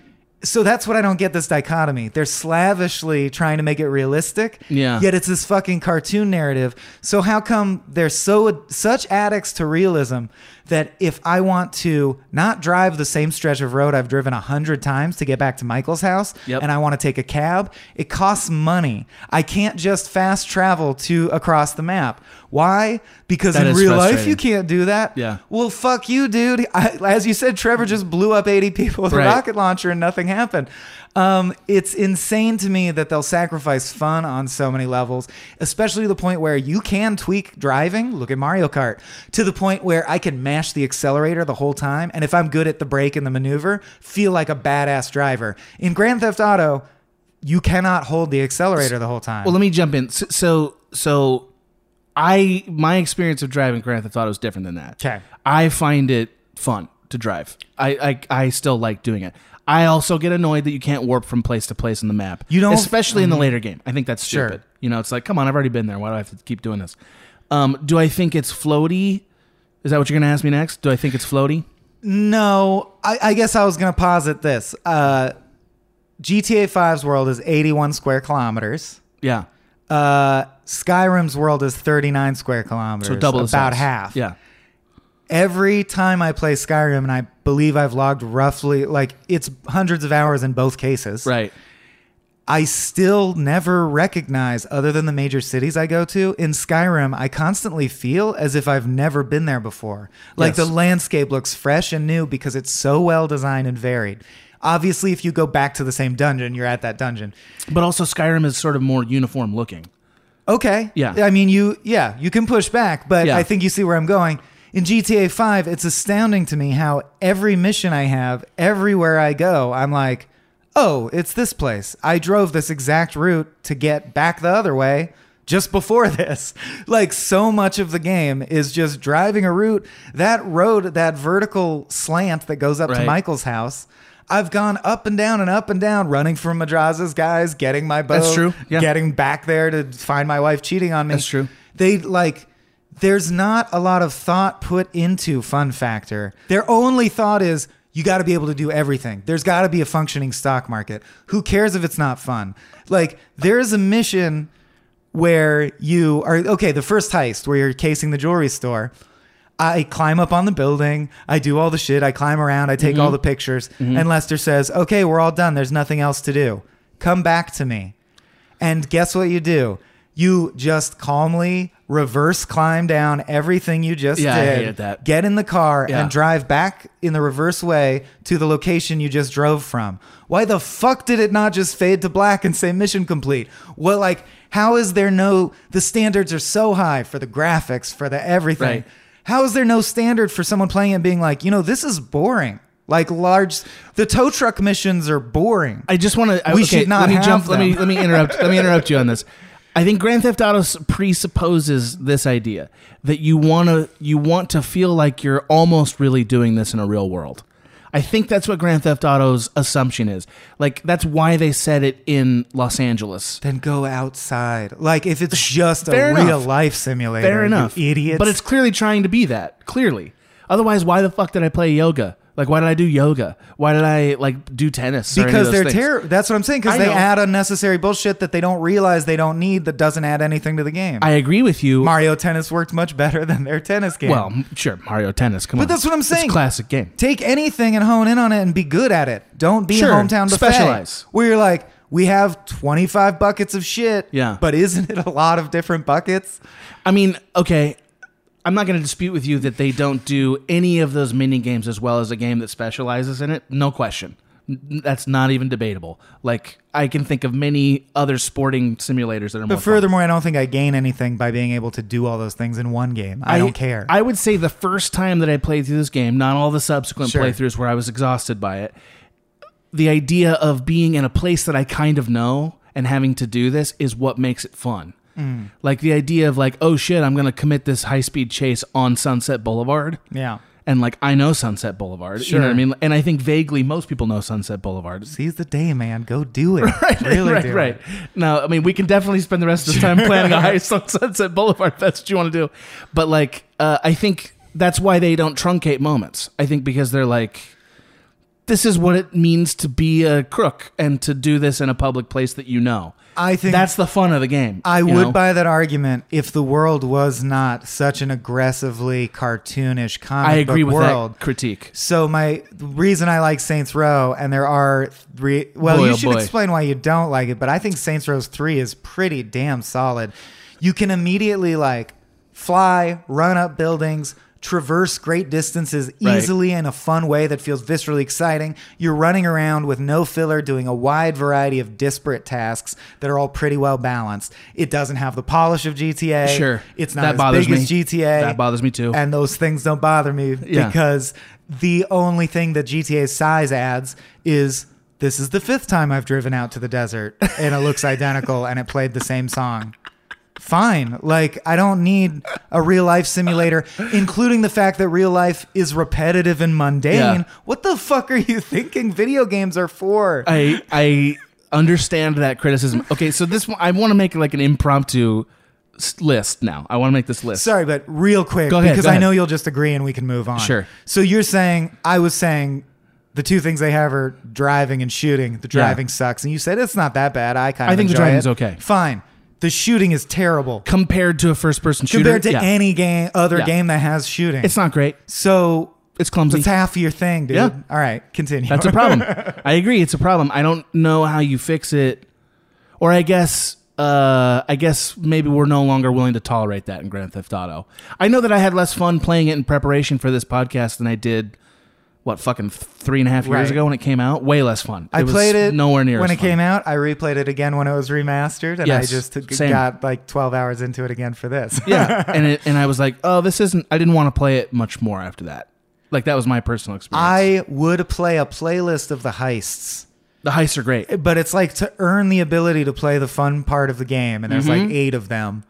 C: So that's what I don't get this dichotomy. They're slavishly trying to make it realistic.
D: Yeah.
C: Yet it's this fucking cartoon narrative. So how come they're so such addicts to realism that if I want to not drive the same stretch of road I've driven a hundred times to get back to Michael's house,
D: Yep.
C: and I want to take a cab, it costs money. I can't just fast travel to across the map. Why? Because
D: That
C: in
D: is
C: real life
D: frustrating.
C: you can't do that.
D: Yeah.
C: Well, fuck you, dude. I, as you said, Trevor just blew up eighty people with
D: Right.
C: a rocket launcher and nothing happened. Um, it's insane to me that they'll sacrifice fun on so many levels, especially to the point where you can tweak driving. Look at Mario Kart to the point where I can mash the accelerator the whole time, and if I'm good at the brake and the maneuver, feel like a badass driver. In Grand Theft Auto, you cannot hold the accelerator the whole time.
D: well, let me jump in. S- So, so I my experience of driving Grand Theft Auto is different than that.
C: 'Kay.
D: I find it fun to drive. I, I I still like doing it. I also get annoyed that you can't warp from place to place on the map.
C: You don't- Mm-hmm.
D: especially in the later game. I think that's
C: Sure.
D: stupid. You know, it's like, come on, I've already been there. Why do I have to keep doing this? Um, do I think it's floaty? Is that what you're going to ask me next? Do I think it's floaty?
C: No, I, I guess I was going to posit this. Uh, GTA 5's world is 81 square kilometers.
D: Yeah.
C: Uh, Skyrim's world is 39 square kilometers.
D: So double the
C: about
D: size.
C: half.
D: Yeah.
C: Every time I play Skyrim, and I believe I've logged roughly like it's hundreds of hours in both cases.
D: Right.
C: I still never recognize, other than the major cities I go to, in Skyrim, I constantly feel as if I've never been there before. Like
D: Yes.
C: the landscape looks fresh and new because it's so well designed and varied. Obviously, if you go back to the same dungeon, you're at that dungeon.
D: But also Skyrim is sort of more uniform looking.
C: Okay.
D: Yeah.
C: I mean, you, yeah, you can push back, but
D: Yeah.
C: I think you see where I'm going. In GTA 5, it's astounding to me how every mission I have, everywhere I go, I'm like, oh, it's this place. I drove this exact route to get back the other way just before this. Like, so much of the game is just driving a route. That road, that vertical slant that goes up to
D: Right.
C: Michael's house. I've gone up and down and up and down, running from Madraza's guys, getting my bow,
D: That's true. Yeah.
C: getting getting back there to find my wife cheating on me.
D: That's true.
C: They like there's not a lot of thought put into fun factor. Their only thought is you got to be able to do everything. There's got to be a functioning stock market. Who cares if it's not fun? Like there is a mission where you are okay, the first heist where you're casing the jewelry store. I climb up on the building. I do all the shit. I climb around. I take
D: Mm-hmm.
C: all the pictures. And Lester says, Okay, we're all done. There's nothing else to do. Come back to me. And guess what you do? You just calmly reverse climb down everything you just
D: Yeah, I
C: did.
D: hated that.
C: Get in the car
D: Yeah.
C: and drive back in the reverse way to the location you just drove from. Why the fuck did it not just fade to black and say mission complete? Well, like, how is there no the standards are so high for the graphics, for the everything.
D: Right.
C: How is there no standard for someone playing it being like, you know, this is boring? Like large the tow truck missions are boring.
D: I just want to.
C: We should not
D: let me
C: have
D: Let me
C: them.
D: let me interrupt. let me interrupt you on this. I think Grand Theft Auto s- presupposes this idea that you want to you want to feel like you're almost really doing this in a real world. I think that's what Grand Theft Auto's assumption is. Like that's why they said it in Los Angeles.
C: Then go outside. Like if it's just a
D: Fair enough.
C: real life simulator.
D: Fair
C: you
D: enough,
C: idiots.
D: But it's clearly trying to be that. Clearly, otherwise, why the fuck did I play yoga? Like, why did I do yoga? Why did I like do tennis? or any of
C: because
D: those
C: they're
D: things?
C: terror. That's what I'm saying.
D: I
C: Because they
D: know.
C: add unnecessary bullshit that they don't realize they don't need. That doesn't add anything to the game.
D: I agree with you.
C: Mario Tennis worked much better than their tennis game.
D: Well, m- sure, Mario Tennis. Come
C: But
D: on,
C: that's what I'm
D: It's a
C: saying.
D: classic game.
C: take anything and hone in on it and be good at it. Don't be
D: Sure,
C: a hometown buffet.
D: specialize.
C: Where you're like, we have 25 buckets of shit.
D: Yeah.
C: But isn't it a lot of different buckets?
D: I mean, okay, I'm not going to dispute with you that they don't do any of those mini games as well as a game that specializes in it. No question. N- That's not even debatable. Like I can think of many other sporting simulators that are. more
C: But
D: fun.
C: furthermore, I don't think I gain anything by being able to do all those things in one game. I, don't care.
D: I would say the first time that I played through this game, not all the subsequent
C: Sure.
D: playthroughs where I was exhausted by it, the idea of being in a place that I kind of know and having to do this is what makes it fun.
C: Mm.
D: Like the idea of like, oh shit, I'm gonna commit this high speed chase on Sunset Boulevard.
C: yeah.
D: And like I know Sunset Boulevard. You know what I
C: Sure.
D: mean? And I think vaguely most people know Sunset Boulevard.
C: Seize the day, man. Go do it. really
D: right,
C: do
D: right.
C: it.
D: No, I mean we can definitely spend the rest of this time planning a heist on Sunset Boulevard. If that's what you want to do, but like uh, I think that's why they don't truncate moments. I think because they're like, this is what it means to be a crook and to do this in a public place that you know.
C: I think-
D: that's the fun of the game.
C: I
D: you
C: would
D: know?
C: buy that argument if the world was not such an aggressively cartoonish comic
D: I agree
C: book
D: with
C: world.
D: that critique.
C: So my the reason I like Saints Row, and there are three. Well,
D: Boy, oh
C: you should
D: boy.
C: explain why you don't like it, but I think Saints Row three is pretty damn solid. You can immediately like fly, run up buildings, traverse great distances
D: Right.
C: easily in a fun way that feels viscerally exciting. You're running around with no filler, doing a wide variety of disparate tasks that are all pretty well balanced. It doesn't have the polish of GTA.
D: Sure.
C: it's not
D: That
C: as
D: bothers
C: big as
D: me.
C: GTA.
D: That bothers me too.
C: And those things don't bother me
D: Yeah.
C: because the only thing that GTA's size adds is this is the fifth time I've driven out to the desert and it looks identical and it played the same song. Fine. Like, I don't need a real life simulator, including the fact that real life is repetitive and mundane.
D: Yeah.
C: What the fuck are you thinking video games are for?
D: I I understand that criticism. Okay, so this one I want to make like an impromptu s- list now. I want to make this list.
C: Sorry, but real quick,
D: Go ahead,
C: because
D: go
C: I know
D: ahead.
C: you'll just agree and we can move on.
D: Sure.
C: So you're saying, I was saying the two things they have are driving and shooting. The
D: Yeah.
C: driving sucks. And you said, it's not that bad. I kind of
D: I think the
C: enjoy
D: driving's
C: it."
D: okay.
C: Fine. The shooting is terrible
D: Compared to a first person shooter,
C: compared to
D: yeah.
C: any game, other
D: Yeah.
C: game that has shooting.
D: it's not great.
C: so
D: It's clumsy.
C: it's half your thing, dude.
D: Yeah.
C: All right, continue.
D: That's a problem. I agree. It's a problem. I don't know how you fix it, or I guess, uh, I guess maybe we're no longer willing to tolerate that in Grand Theft Auto. I know that I had less fun playing it in preparation for this podcast than I did. What fucking th- three and a half years
C: Right.
D: ago when it came out? Way less fun.
C: I
D: was
C: played it
D: nowhere near
C: when
D: as
C: it came
D: fun.
C: out. I replayed it again when it was remastered, and I
D: Yes,
C: just t-
D: same.
C: got like 12 hours into it again for this.
D: yeah, and it, and I was like, oh, this isn't. I didn't want to play it much more after that. Like that was my personal
C: I
D: experience.
C: would play a playlist of the heists.
D: the heists are great.
C: but it's like to earn the ability to play the fun part of the game and there's like eight of them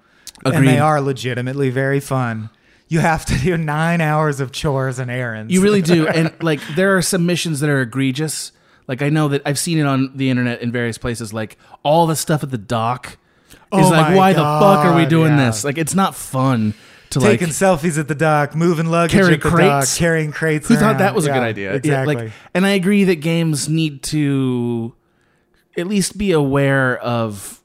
C: and
D: Mm-hmm. Agreed.
C: they are legitimately very fun you have to do nine hours of chores and errands
D: You really do. And like there are some missions that are egregious. Like I know that I've seen it on the internet in various places. Like all the stuff at the dock is
C: Oh
D: like,
C: my
D: why the fuck are we
C: God,
D: doing
C: yeah.
D: this? Like it's not fun to like.
C: taking selfies at the dock moving luggage
D: Carry
C: at the
D: crates?
C: dock carrying crates
D: Who thought that
C: around.
D: was a
C: Yeah,
D: good idea? Yeah,
C: exactly
D: like, and I agree that games need to at least be aware of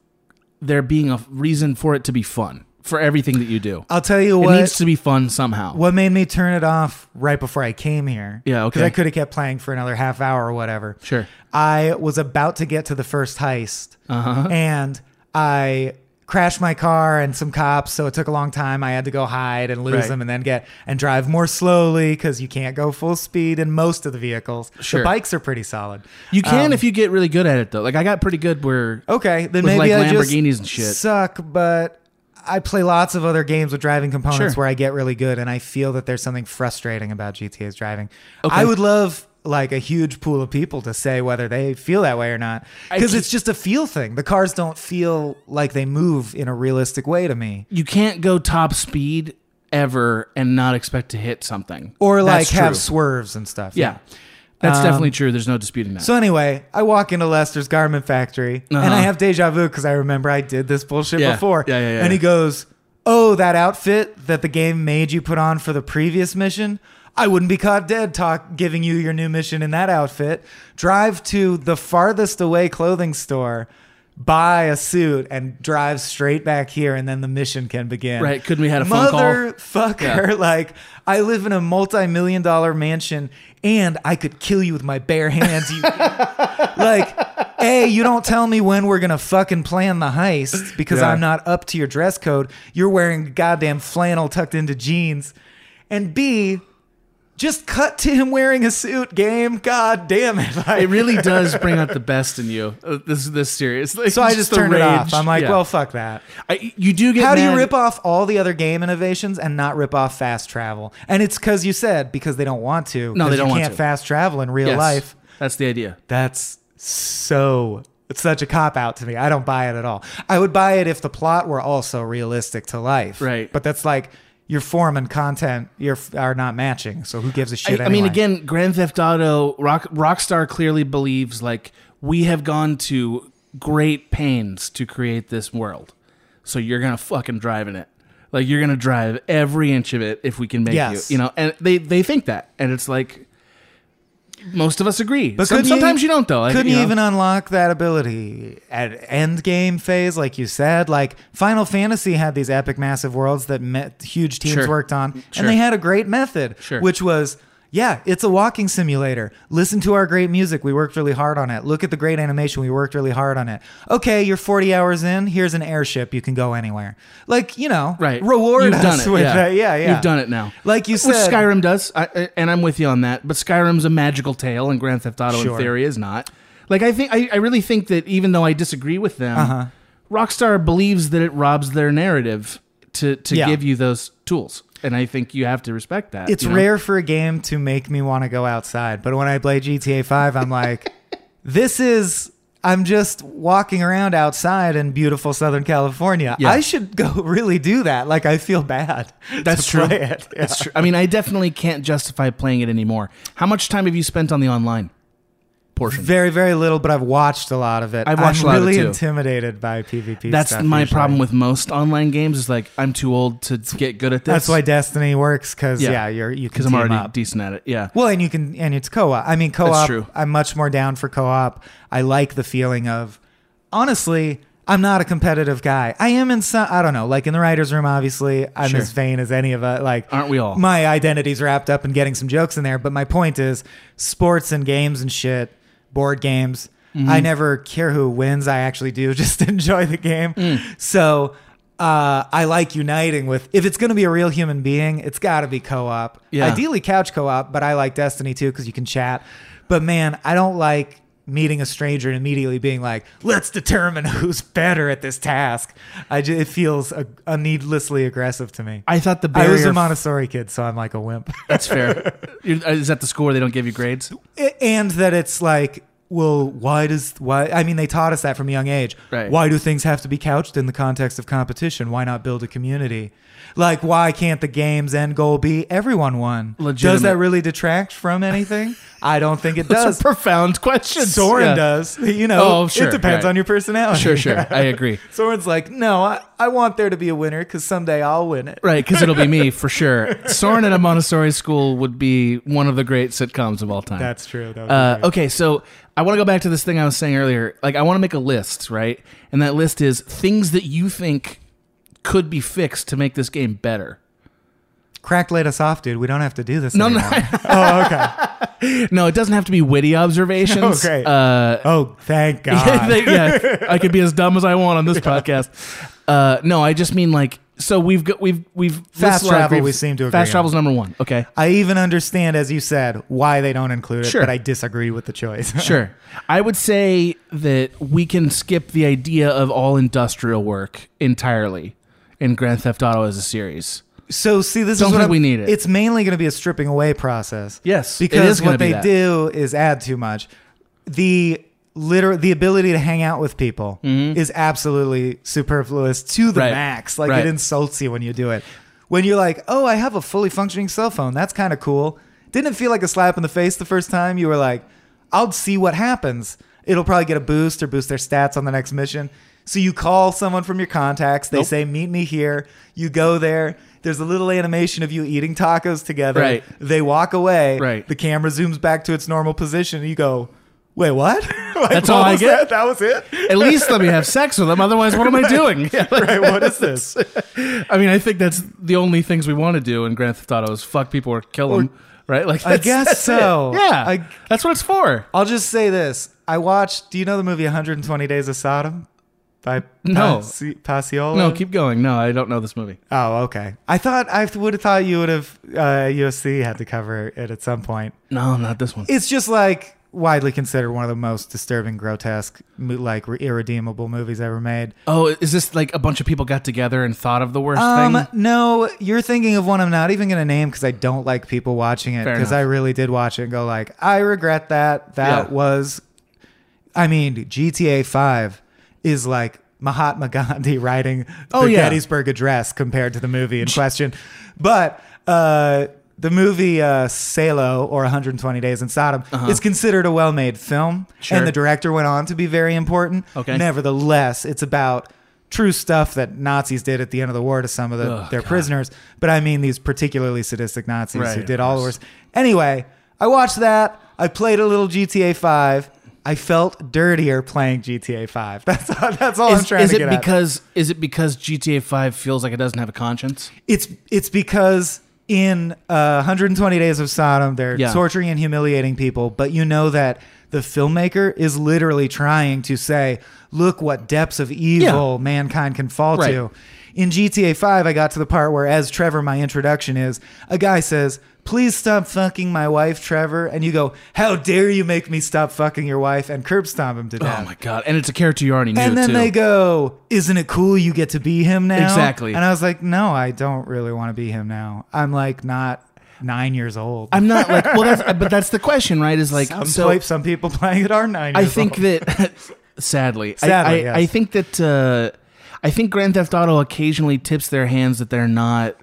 D: there being a reason for it to be fun for everything that you do.
C: i'll tell you
D: it
C: what
D: needs to be fun somehow.
C: what made me turn it off right before I came here.
D: Yeah,
C: Because
D: okay.
C: I could have kept playing for another half hour or whatever.
D: Sure.
C: I was about to get to the first heist,
D: Uh-huh.
C: and I crashed my car and some cops, so it took a long time. I had to go hide and lose
D: Right.
C: them, and then get and drive more slowly because you can't go full speed in most of the vehicles.
D: Sure.
C: The bikes are pretty solid.
D: You can if you get really good at it though. Like I got pretty good where
C: Um, Okay, then
D: with,
C: maybe
D: like
C: I
D: Lamborghinis
C: just
D: and shit.
C: suck, but I play lots of other games with driving components
D: Sure.
C: where I get really good, and I feel that there's something frustrating about GTA's driving.
D: Okay.
C: I would love like a huge pool of people to say whether they feel that way or not
D: I
C: because
D: keep-
C: it's just a feel thing. The cars don't feel like they move in a realistic way to me.
D: You can't go top speed ever and not expect to hit something.
C: Or like
D: That's
C: have
D: true.
C: swerves and stuff.
D: Yeah. That's definitely true. There's no disputing that.
C: So anyway, I walk into Lester's garment factory and I have deja vu because I remember I did this bullshit
D: Yeah.
C: before.
D: Yeah, yeah, yeah,
C: and he
D: yeah.
C: goes, "Oh, that outfit that the game made you put on for the previous mission." I wouldn't be caught dead talk giving you your new mission in that outfit. Drive to the farthest away clothing store, buy a suit, and drive straight back here, and then the mission can begin.
D: Right, couldn't we had a phone call?
C: Motherfucker, like I live in a multi-million dollar mansion and I could kill you with my bare hands. You like a you don't tell me when we're gonna fucking plan the heist because
D: Yeah.
C: i'm not up to your dress code you're wearing goddamn flannel tucked into jeans and b just cut to him wearing a suit game god damn it
D: it
C: Like,
D: really does bring out the best in you. Uh, this this series. Like,
C: so i just
D: the
C: turned it off
D: rage.
C: i'm like
D: Yeah.
C: well fuck that
D: I, you do get
C: how do you
D: mad-
C: rip off all the other game innovations and not rip off fast travel and it's because you said because they don't want to
D: No,
C: 'cause
D: they don't
C: you
D: want
C: can't
D: to.
C: fast travel in real
D: Yes.
C: life
D: That's the idea.
C: That's so it's such a cop out to me. I don't buy it at all. I would buy it if the plot were also realistic to life.
D: Right.
C: But that's like your form and content you're, are not matching. So who gives a shit?
D: I, I mean,
C: anyway?
D: again, Grand Theft Auto, Rock, Rockstar clearly believes like we have gone to great pains to create this world, so you're gonna fucking drive in it. Like you're gonna drive every inch of it if we can make
C: Yes.
D: you. You know, and they they think that, and it's like most of us agree. But
C: couldn't e-
D: sometimes you don't though. Like,
C: couldn't
D: you
C: you
D: know?
C: even unlock that ability at end game phase, like you said. Like Final Fantasy had these epic, massive worlds that met huge teams
D: Sure.
C: worked on,
D: Sure.
C: and they had a great method,
D: Sure.
C: which was. Yeah, it's a walking simulator. Listen to our great music. We worked really hard on it. Look at the great animation. We worked really hard on it. Okay, you're 40 hours in. Here's an airship. You can go anywhere. Like, you know,
D: right
C: reward
D: You've
C: us
D: done it,
C: with
D: yeah.
C: that. Yeah, yeah.
D: You've done it now.
C: Like you
D: Which
C: said.
D: Skyrim does, I, I- and I'm with you on that. But Skyrim's a magical tale, and Grand Theft Auto,
C: Sure.
D: in theory, is not. Like I think, I, I really think that even though I disagree with them,
C: Uh-huh.
D: Rockstar believes that it robs their narrative to to
C: Yeah.
D: give you those tools, and I think you have to respect that.
C: It's
D: you know?
C: rare for a game to make me want to go outside, but when I play GTA 5, I'm like, this is. I'm just walking around outside in beautiful Southern California.
D: Yeah.
C: I should go really do that. Like I feel bad.
D: That's
C: to
D: true.
C: play it. Yeah.
D: That's true. I mean, I definitely can't justify playing it anymore. How much time have you spent on the online portion?
C: Very, very little, but I've watched a lot of it.
D: I've watched
C: am
D: a lot of it,
C: really
D: too.
C: intimidated by PvP.
D: That's
C: stuff
D: my
C: usually.
D: problem with most online games. Is like I'm too old to get good at this.
C: That's why Destiny works because yeah.
D: Yeah.
C: you're you can
D: because I'm
C: team
D: already
C: up.
D: decent at it. Yeah.
C: Well, and you can, and it's co-op. I mean, co-op.
D: true.
C: I'm much more down for co-op. I like the feeling of, honestly, I'm not a competitive guy. I am in some, I don't know, like in the writers' room. Obviously, I'm
D: Sure.
C: as vain as any of us. Like,
D: Aren't we all?
C: My identity's wrapped up in getting some jokes in there. But my point is, sports and games and shit, board games.
D: Mm-hmm.
C: I never care who wins. I actually do just enjoy the game.
D: Mm.
C: So. Uh, I like uniting with. If it's going to be a real human being, it's got to be co-op.
D: Yeah.
C: Ideally, couch co-op, but I like Destiny too because you can chat. But man, I don't like meeting a stranger and immediately being like, "Let's determine who's better at this task." I ju- it feels a, a needlessly aggressive to me.
D: I thought the
C: I
D: barrier.
C: was a Montessori kid, so I'm like a wimp.
D: That's fair. You're- uh, Is that the score? They don't give you grades.
C: A- and that it's like well why does why i mean they taught us that from a young age
D: Right.
C: why do things have to be couched in the context of competition why not build a community like why can't the game's end goal be everyone won does
D: Legitimate.
C: that really detract from anything i don't think it
D: That's
C: does
D: a profound question.
C: Soren
D: Yeah.
C: does. You know,
D: Oh, sure,
C: it depends
D: right.
C: on your personality.
D: Sure, sure. I agree.
C: Soren's like, no, I, I want there to be a winner because someday I'll win it.
D: Right, because it'll be me for sure. Soren at a Montessori school would be one of the great sitcoms of all time.
C: That's true. That would be
D: Uh,
C: great.
D: okay, so I want to go back to this thing I was saying earlier. Like, I want to make a list, right? And that list is things that you think could be fixed to make this game better.
C: Crack laid us off, dude. We don't have to do this.
D: No, no.
C: anymore. oh, okay.
D: No, it doesn't have to be witty observations.
C: Oh, great.
D: Uh,
C: Oh, thank
D: yeah,
C: God.
D: they- yeah, I could be as dumb as I want on this podcast. Uh, no, I just mean like so we've got we've we've
C: Fast
D: this lot of
C: travel, we
D: griefs-
C: seem to agree
D: fast
C: on.
D: travel's number one. Okay,
C: I even understand, as you said, why they don't include it,
D: Sure.
C: but I disagree with the choice.
D: sure. I would say that we can skip the idea of all industrial work entirely in Grand Theft Auto as a series.
C: So see, this
D: Don't
C: is what
D: think
C: I'm-
D: we need it.
C: It's mainly going to be a stripping away process.
D: Yes, it
C: because
D: is gonna
C: what
D: be
C: they
D: that.
C: do is add too much. The literal the ability to hang out with people is absolutely superfluous to the
D: Mm-hmm. Right.
C: max. Like
D: Right.
C: it insults you when you do it. When you're like, oh, I have a fully functioning cell phone. That's kind of cool. Didn't it feel like a slap in the face the first time? You were like, I'll see what happens. It'll probably get a boost or boost their stats on the next mission. So you call someone from your contacts. They
D: Nope.
C: say, "Meet me here." You go there. There's a little animation of you eating tacos together.
D: Right.
C: They walk away.
D: Right.
C: The camera zooms back to its normal position. And you go, "Wait, what?" Like,
D: That's
C: what
D: all I
C: was That?
D: get?
C: that was it.
D: At least let me have sex with them. Otherwise, what am I doing?
C: right. What is this?
D: I mean, I think that's the only things we want to do in Grand Theft Auto is fuck people or kill them, right? Like,
C: I
D: that's-
C: guess
D: that's it.
C: so.
D: Yeah,
C: I-
D: that's what it's for.
C: I'll just say this. I watched. Do you know the movie 120 Days of Sodom? By
D: No.
C: Paci- Paciolo.
D: No, keep going. No, I don't know this movie.
C: Oh, okay. I thought I would have thought you would have uh, USC had to cover it at some point.
D: No, not this one.
C: it's just like widely considered one of the most disturbing, grotesque, mo- like re- irredeemable movies ever made.
D: Oh, is this like a bunch of people got together and thought of the worst
C: Um,
D: thing?
C: no, you're thinking of one I'm not even going to name because I don't like people watching it
D: Fair
C: because
D: enough.
C: I really did watch it and go like, I regret that. That
D: Yeah.
C: was, I mean, GTA Five is like Mahatma Gandhi writing
D: Oh,
C: the
D: yeah.
C: Gettysburg Address compared to the movie in question, but. uh the movie uh, Salo or 120 Days in Sodom is considered a well-made film,
D: Uh-huh. Sure.
C: and the director went on to be very important.
D: Okay.
C: Nevertheless, it's about true stuff that Nazis did at the end of the war to some of the,
D: Ugh,
C: their
D: God.
C: prisoners. But I mean these particularly sadistic Nazis
D: Right,
C: who
D: of
C: did all the
D: course.
C: worst. Anyway, I watched that. I played a little GTA Five. I felt dirtier playing GTA Five. That's all, that's all I'm
D: is,
C: trying
D: is
C: to
D: it
C: get at.
D: because is it because GTA Five feels like it doesn't have a conscience?
C: it's it's because in uh, 120 days of Sodom, they're
D: Yeah.
C: torturing and humiliating people, but you know that the filmmaker is literally trying to say, "Look what depths of evil mankind can fall
D: Right.
C: to." In GTA 5, I got to the part where, as Trevor, my introduction is a guy says, Please stop fucking my wife, Trevor. And you go, How dare you make me stop fucking your wife? And curb stomp him to death.
D: Oh my god! And it's a character you already knew
C: And then
D: too.
C: they go, "Isn't it cool you get to be him now?"
D: Exactly.
C: And I was like, "No, I don't really want to be him now. I'm like not nine years old."
D: I'm not like well, that's, but that's the question, right? Is like
C: some,
D: so
C: play- some people playing it are nine.
D: I
C: Years
D: think
C: old.
D: that sadly, I-
C: Sadly,
D: I,
C: yes.
D: I think that uh, I think Grand Theft Auto occasionally tips their hands that they're not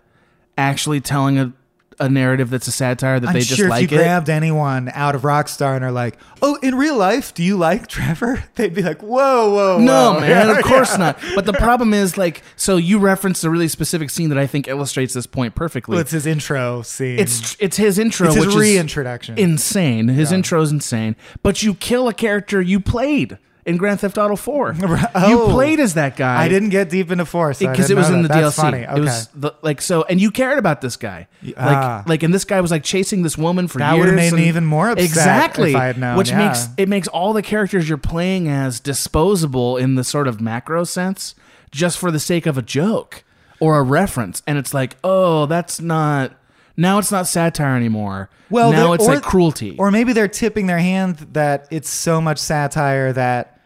D: actually telling a, a narrative that's a satire that
C: I'm
D: they
C: sure
D: just
C: if
D: like
C: you
D: it.
C: grabbed anyone out of Rockstar and are like, "Oh, in real life, do you like Trevor?" They'd be like, "Whoa, whoa,
D: no,
C: whoa."
D: man,
C: oh, Yeah,
D: of course
C: yeah.
D: not. But the problem is, like, so you referenced a really specific scene that I think illustrates this point perfectly.
C: Well, it's his intro scene.
D: It's it's his intro,
C: It's his
D: which
C: reintroduction.
D: is insane. His intro's insane, but you kill a character you played in Grand Theft Auto Four.
C: Oh.
D: You played as that guy.
C: I didn't get deep into force
D: because it was in the
C: That's
D: DLC.
C: Funny. Okay.
D: It was the, like so, and you cared about this guy,
C: ah.
D: like like, and this guy was like chasing this woman for
C: That
D: years.
C: would've made me
D: and-
C: even more upset
D: Exactly,
C: if I had known,
D: which
C: yeah.
D: makes it makes all the characters you're playing as disposable in the sort of macro sense, just for the sake of a joke or a reference, and it's like, oh, that's not. Now it's not satire anymore. Well, now
C: they're-
D: it's
C: or-
D: like cruelty.
C: Or maybe they're tipping their hand that it's so much satire that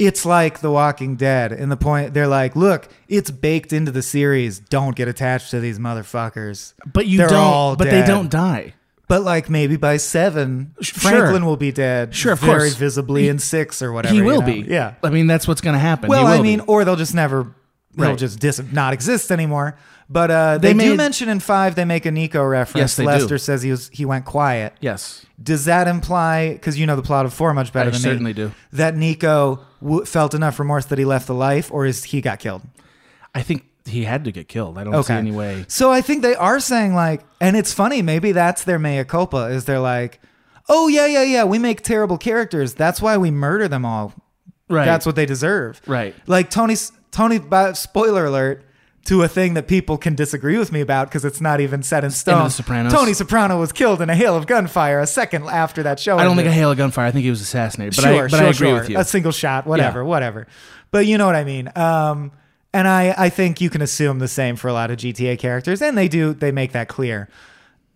C: it's like The Walking Dead. In the point, they're like, look, it's baked into the series. Don't get attached to these motherfuckers.
D: but you
C: They're
D: don't.
C: all
D: but
C: dead.
D: they don't die.
C: But like maybe by seven,
D: sure.
C: Franklin will be dead.
D: Sure, of
C: very
D: course.
C: visibly in six or whatever.
D: he
C: you
D: will
C: know?
D: be.
C: Yeah.
D: I mean, that's what's going to happen. He
C: Well,
D: will
C: I
D: be.
C: mean, or they'll just never. They'll
D: Right.
C: just dis- not exist anymore. But uh, they,
D: They
C: do
D: made-
C: mention in five they make a Nico reference.
D: Yes, they do.
C: Lester says he was he went quiet.
D: yes.
C: Does that imply, because you know the plot of four much better
D: I
C: than me,
D: certainly do.
C: that Nico w- felt enough remorse that he left the life, or is he got killed?
D: I think he had to get killed. I don't see any way.
C: So I think they are saying like, and it's funny. Maybe that's their mea culpa. Is they're like, oh yeah, yeah, yeah. We make terrible characters. That's why we murder them all.
D: Right.
C: That's what they deserve.
D: Right.
C: Like Tony. Tony. By, spoiler alert. To a thing that people can disagree with me about because it's not even set in stone.
D: The Sopranos.
C: Tony Soprano was killed in a hail of gunfire a second after that show.
D: I don't
C: ended.
D: think a hail of gunfire. I think he was assassinated. But
C: sure,
D: I, but
C: sure,
D: I agree
C: sure.
D: with you.
C: A single shot, whatever,
D: Yeah.
C: whatever. But you know what I mean. Um, and I, I think you can assume the same for a lot of GTA characters, and they do. They make that clear.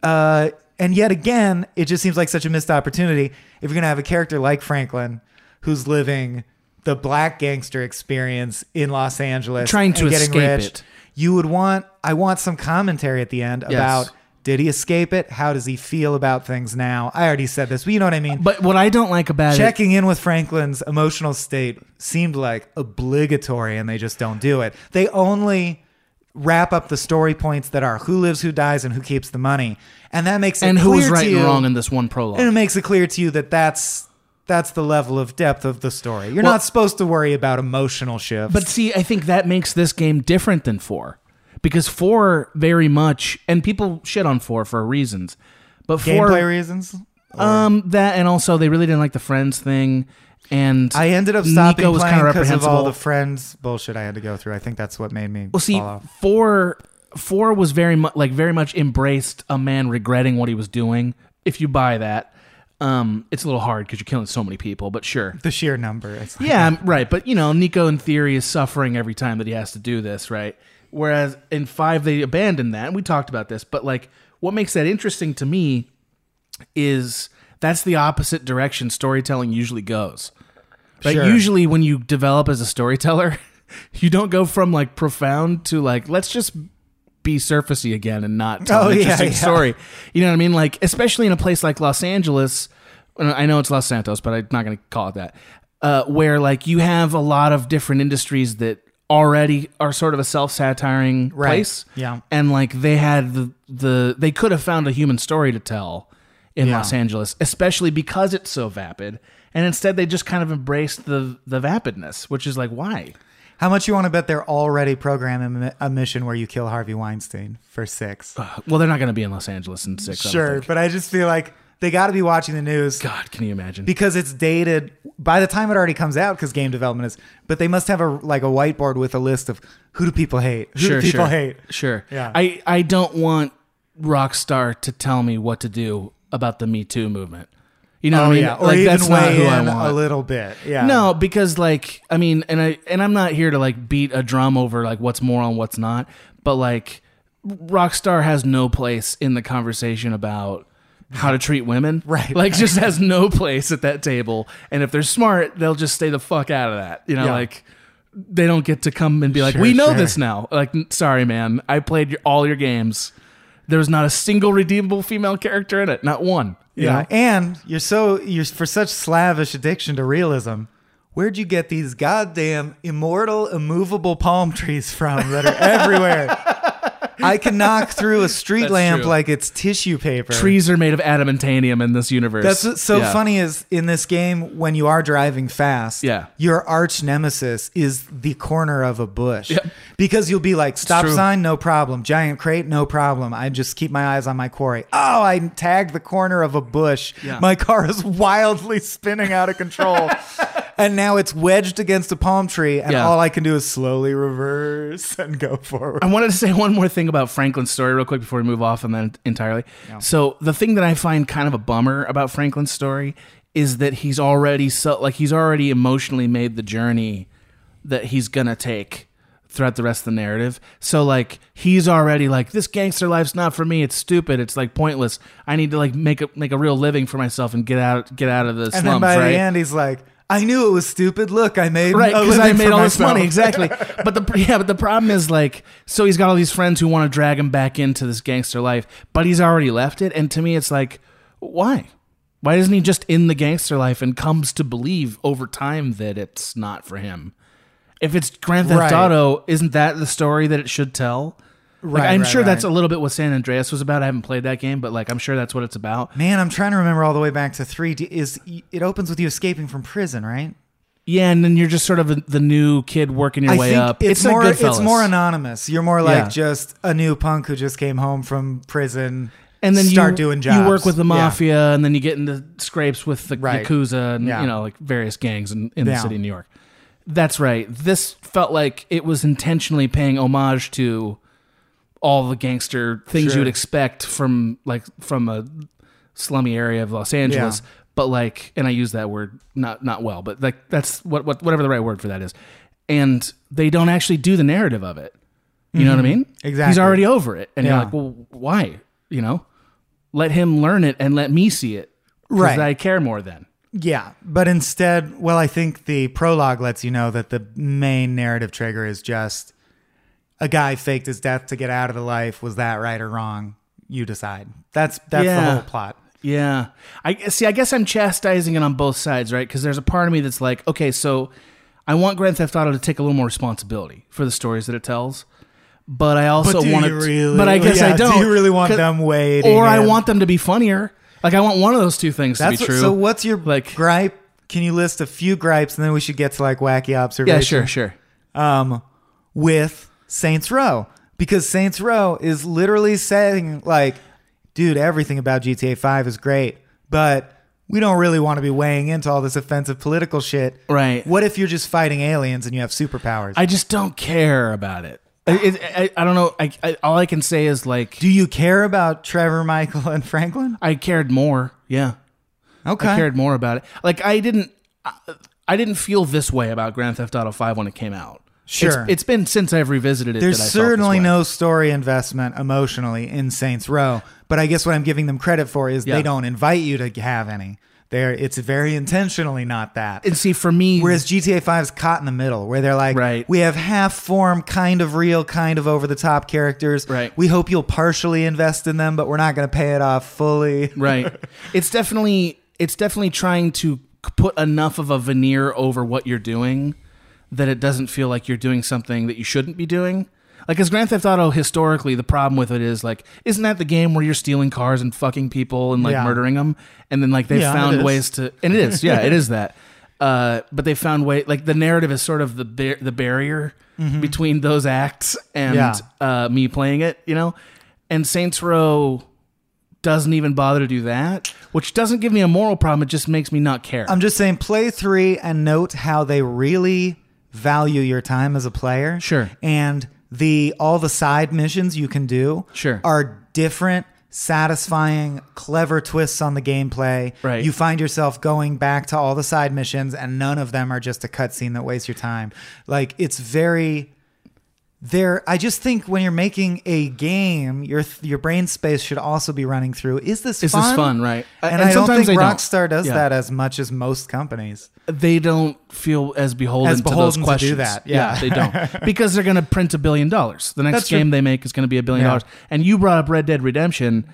C: Uh, and yet again, it just seems like such a missed opportunity. If you're gonna have a character like Franklin, who's living the black gangster experience in Los Angeles,
D: Trying to
C: and getting
D: escape
C: rich,
D: it.
C: you would want I want some commentary at the end about did he escape it? How does he feel about things now? I already said this, but you know what I mean.
D: But what I don't like about it,
C: Checking in with Franklin's emotional state seemed like obligatory, and they just don't do it. They only wrap up the story points that are who lives, who dies, and who keeps the money, and that makes it
D: and who was
C: clear
D: right
C: to
D: and
C: you-
D: wrong in this one prologue.
C: and it makes it clear to you that that's that's the level of depth of the story. You're
D: Well-
C: not supposed to worry about emotional shifts.
D: But see, I think that makes this game different than four. Because four very much and people shit on four for reasons. But four
C: gameplay reasons.
D: um that and also they really didn't like the friends thing and
C: I ended up
D: Nico
C: stopping
D: was
C: playing
D: kinda
C: because of all
D: reprehensible.
C: the friends bullshit I had to go through. I think that's what made me.
D: Well, see,
C: fall off.
D: four four was very much like very much embraced a man regretting what he was doing. If you buy that, um, it's a little hard because you're killing so many people. But sure,
C: the sheer number. It's like,
D: yeah, I'm- right. But you know, Nico in theory is suffering every time that he has to do this, right? Whereas in five they abandoned that, and we talked about this. But like, what makes that interesting to me is that's the opposite direction storytelling usually goes. Right?
C: Sure.
D: Usually, when you develop as a storyteller, you don't go from like profound to like let's just be surfacey again and not tell
C: Oh,
D: an
C: yeah,
D: interesting
C: yeah.
D: story. You know what I mean? Like especially in a place like Los Angeles. and I know it's Los Santos, but I'm not going to call it that. Uh, where like you have a lot of different industries that already are sort of a self-satiring place.
C: Yeah.
D: and like they had the, the they could have found a human story to tell in
C: Yeah.
D: Los Angeles, especially because it's so vapid. And instead, they just kind of embraced the the vapidness, which is like why.
C: How much you want to bet they're already programming a mission where you kill Harvey Weinstein for six?
D: Well, they're not going to be in Los Angeles in six. I don't
C: Uh, sure,
D: think.
C: but I just feel like they got to be watching the news.
D: God, can you imagine?
C: because it's dated by the time it already comes out because game development is but they must have a like a whiteboard with a list of who do people hate who
D: sure,
C: do people
D: sure,
C: hate
D: Sure.
C: Yeah.
D: I I don't want Rockstar to tell me what to do about the Me Too movement. You know what
C: oh
D: I mean?
C: yeah or
D: Like,
C: even
D: that's not
C: weigh
D: who I
C: in
D: want.
C: a little bit yeah
D: No, because like I mean, and I and I'm not here to like beat a drum over like what's moral and what's not, but like Rockstar has no place in the conversation about how to treat women.
C: Right.
D: Like just has no place at that table. And if they're smart, they'll just stay the fuck out of that. You know,
C: Yeah.
D: like they don't get to come and be like,
C: Sure,
D: "We know
C: sure.
D: this now." Like, "N- "Sorry, man. I played your, all your games. There was not a single redeemable female character in it. Not one." you
C: yeah
D: know?
C: and you're so you're for such slavish addiction to realism where'd you get these goddamn immortal immovable palm trees from that are everywhere i can knock through a street
D: That's
C: lamp
D: true.
C: like it's tissue paper
D: Trees are made of adamantanium in this universe.
C: That's what's so
D: Yeah.
C: funny is in this game when you are driving fast,
D: Yeah.
C: your arch nemesis is the corner of a bush. Because you'll be like, stop
D: true.
C: sign, no problem. Giant crate, no problem. I just keep my eyes on my quarry. Oh, I tagged the corner of a bush.
D: Yeah.
C: My car is wildly spinning out of control. and now it's wedged against a palm tree, and
D: Yeah. Oh,
C: all I can do is slowly reverse and go forward.
D: I wanted to say one more thing about Franklin's story real quick before we move off and then entirely. So the thing that I find kind of a bummer about Franklin's story is that he's already so like he's already emotionally made the journey that he's gonna take throughout the rest of the narrative. So like he's already like this gangster life's not for me. It's stupid. It's like pointless. I need to like make a make a real living for myself and get out get out of the slums.
C: and then by
D: right?
C: the end, he's like, I knew it was stupid. Look, I made
D: right
C: a
D: because I
C: living
D: made
C: for
D: all this
C: myself."
D: money exactly. But the yeah, but the problem is like so he's got all these friends who want to drag him back into this gangster life, but he's already left it. And to me, it's like why? Why isn't he just in the gangster life and comes to believe over time that it's not for him? If it's Grand Theft
C: Right.
D: Auto, isn't that the story that it should tell? Like,
C: Right,
D: I'm
C: right,
D: sure that's a
C: right.
D: little bit what San Andreas was about. I haven't played that game, but like I'm sure that's what it's about.
C: Man, I'm trying to remember all the way back to three. D- Is it opens with you escaping from prison, right?
D: Yeah, and then you're just sort of a, the new kid working your
C: I
D: way
C: think
D: up.
C: it's,
D: like
C: more it's
D: Goodfellas.
C: more anonymous. You're more like
D: Yeah.
C: just a new punk who just came home from prison
D: and then
C: start
D: you,
C: doing jobs.
D: You work with the
C: Yeah.
D: mafia, and then you get into scrapes with the
C: Right.
D: yakuza, and
C: Yeah.
D: you know, like various gangs in, in the
C: Yeah.
D: city of New York. That's right. This felt like it was intentionally paying homage to all the gangster things
C: Sure.
D: you'd expect from like from a slummy area of Los Angeles.
C: Yeah.
D: But like, and I use that word not not well, but like that's what what whatever the right word for that is. And they don't actually do the narrative of it. You know what I mean? He's
C: Mm-hmm. Exactly.
D: already over it, and you're
C: Yeah.
D: like, well, why? You know, let him learn it and let me see it. 'Cause
C: Right.
D: I care more then.
C: Yeah, but instead, well, I think the prologue lets you know that the main narrative trigger is just a guy faked his death to get out of the life. Was that right or wrong? You decide. That's that's the
D: Yeah.
C: whole plot.
D: Yeah. I see. I guess I'm chastising it on both sides, right? Because there's a part of me that's like, okay, so I want Grand Theft Auto to take a little more responsibility for the stories that it tells, but I also
C: do
D: want
C: you
D: it.
C: really-
D: but I guess
C: yeah,
D: I
C: do
D: don't.
C: you really want
D: 'Cause-
C: them waiting
D: or I
C: and-
D: want them to be funnier? Like I want one of those two things
C: That's
D: to be true.
C: so. What's your
D: Like-
C: gripe? Can you list a few gripes and then we should get to like wacky observations?
D: yeah, sure, sure.
C: um, with Saints Row because Saints Row is literally saying like, dude, everything about GTA Five is great, but we don't really want to be weighing into all this offensive political shit.
D: Right.
C: What if you're just fighting aliens and you have superpowers?
D: I just don't care about it. I, it, I, I don't know. I, I all I can say is like
C: Do you care about Trevor Michael and Franklin?
D: I cared more. Yeah.
C: Okay.
D: I cared more about it. Like I didn't, I, I didn't feel this way about Grand Theft Auto Five when it came out.
C: Sure.
D: It's- it's been since I've revisited it.
C: There's
D: that I felt this
C: certainly
D: way.
C: no story investment emotionally in Saints Row, but I guess what I'm giving them credit for is
D: Yeah.
C: they don't invite you to have any. They're, it's very intentionally not that.
D: And see, for me,
C: Whereas GTA 5's caught in the middle, where they're like,
D: Right.
C: we have half formed, kind of real, kind of over the top characters.
D: Right.
C: We hope you'll partially invest in them, but we're not going to pay it off fully.
D: right, it's definitely, it's definitely trying to c- put enough of a veneer over what you're doing that it doesn't feel like you're doing something that you shouldn't be doing. Like as Grand Theft Auto historically, the problem with it is like, isn't that the game where you're stealing cars and fucking people and like
C: Yeah.
D: murdering them? And then like they
C: Yeah, it
D: found
C: is.
D: ways to, and it is, yeah, it is that. Uh, but they found way like the narrative is sort of the bar- the barrier between those acts and
C: Mm-hmm. Yeah.
D: uh, me playing it, you know. And Saints Row doesn't even bother to do that, which doesn't give me a moral problem. It just makes me not care.
C: I'm just saying, play three and note how they really value your time as a player.
D: Sure.
C: And the all the side missions you can do
D: Sure.
C: are different, satisfying, clever twists on the gameplay.
D: Right.
C: You find yourself going back to all the side missions, and none of them are just a cutscene that wastes your time. Like it's very there I just think when you're making a game, your your brain space should also be running through is this
D: Is
C: fun?
D: this fun, right.
C: And,
D: And
C: I don't
D: sometimes
C: think
D: they don't.
C: Rockstar does
D: Yeah.
C: that as much as most companies.
D: they don't feel as beholden,
C: As beholden to
D: to those questions.
C: do that, yeah.
D: they don't because they're going to print a billion dollars. The next
C: That's true.
D: game they make is going to be a billion
C: Yeah.
D: dollars. And you brought up Red Dead Redemption.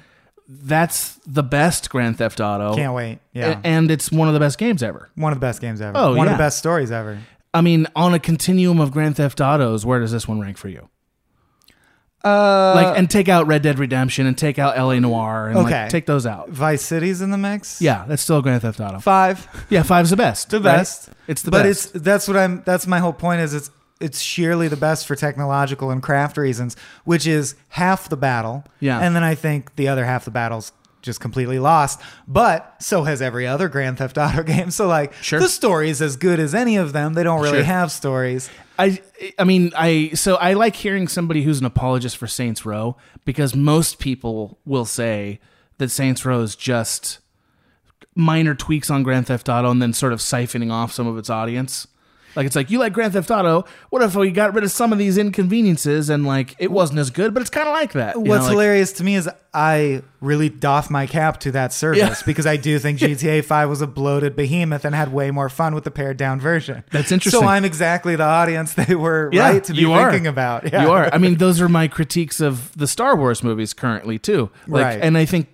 D: That's the best Grand Theft Auto.
C: Can't wait. Yeah.
D: A- Oh. And it's one of the best games ever.
C: one of the best games ever.
D: Oh,
C: One of
D: yeah.
C: the best stories ever.
D: I mean, on a continuum of Grand Theft Autos, where does this one rank for you?
C: Uh,
D: Like, and take out Red Dead Redemption and take out LA Noir and
C: Okay.
D: like, take those out.
C: Vice City's in the mix.
D: Yeah, that's still Grand Theft Auto.
C: Five.
D: Yeah, five's the best.
C: The
D: right?
C: best.
D: It's the
C: but
D: best.
C: it's that's what I'm that's my whole point is it's it's sheerly the best for technological and craft reasons, which is half the battle.
D: Yeah.
C: And then I think the other half the battle's just completely lost. But so has every other Grand Theft Auto game. So like
D: Sure.
C: the story is as good as any of them. They don't really
D: Sure.
C: have stories.
D: I I mean I so I like hearing somebody who's an apologist for Saints Row because most people will say that Saints Row is just minor tweaks on Grand Theft Auto and then sort of siphoning off some of its audience. Like it's like you like Grand Theft Auto. What if we got rid of some of these inconveniences and like it wasn't as good, but it's kind of like that. you know,
C: What's
D: like-
C: hilarious to me is I really doff my cap to that service
D: Yeah.
C: because I do think GTA 5 was a bloated behemoth and had way more fun with the pared down version.
D: That's interesting.
C: So I'm exactly the audience they were right to be
D: you are.
C: thinking about. Yeah.
D: You are. I mean, those are my critiques of the Star Wars movies currently too. Like,
C: Right.
D: And I think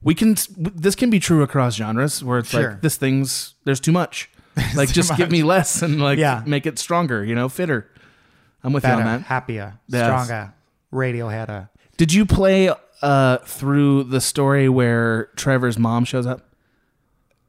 D: we can. This can be true across genres, where it's
C: Sure.
D: like this thing's there's too much. like, just give me less and like
C: Yeah.
D: make it stronger. You know, fitter. I'm with you
C: Better,
D: on that.
C: happier,
D: Yes.
C: stronger, Radiohead.
D: Did you play uh, through the story where Trevor's mom shows up?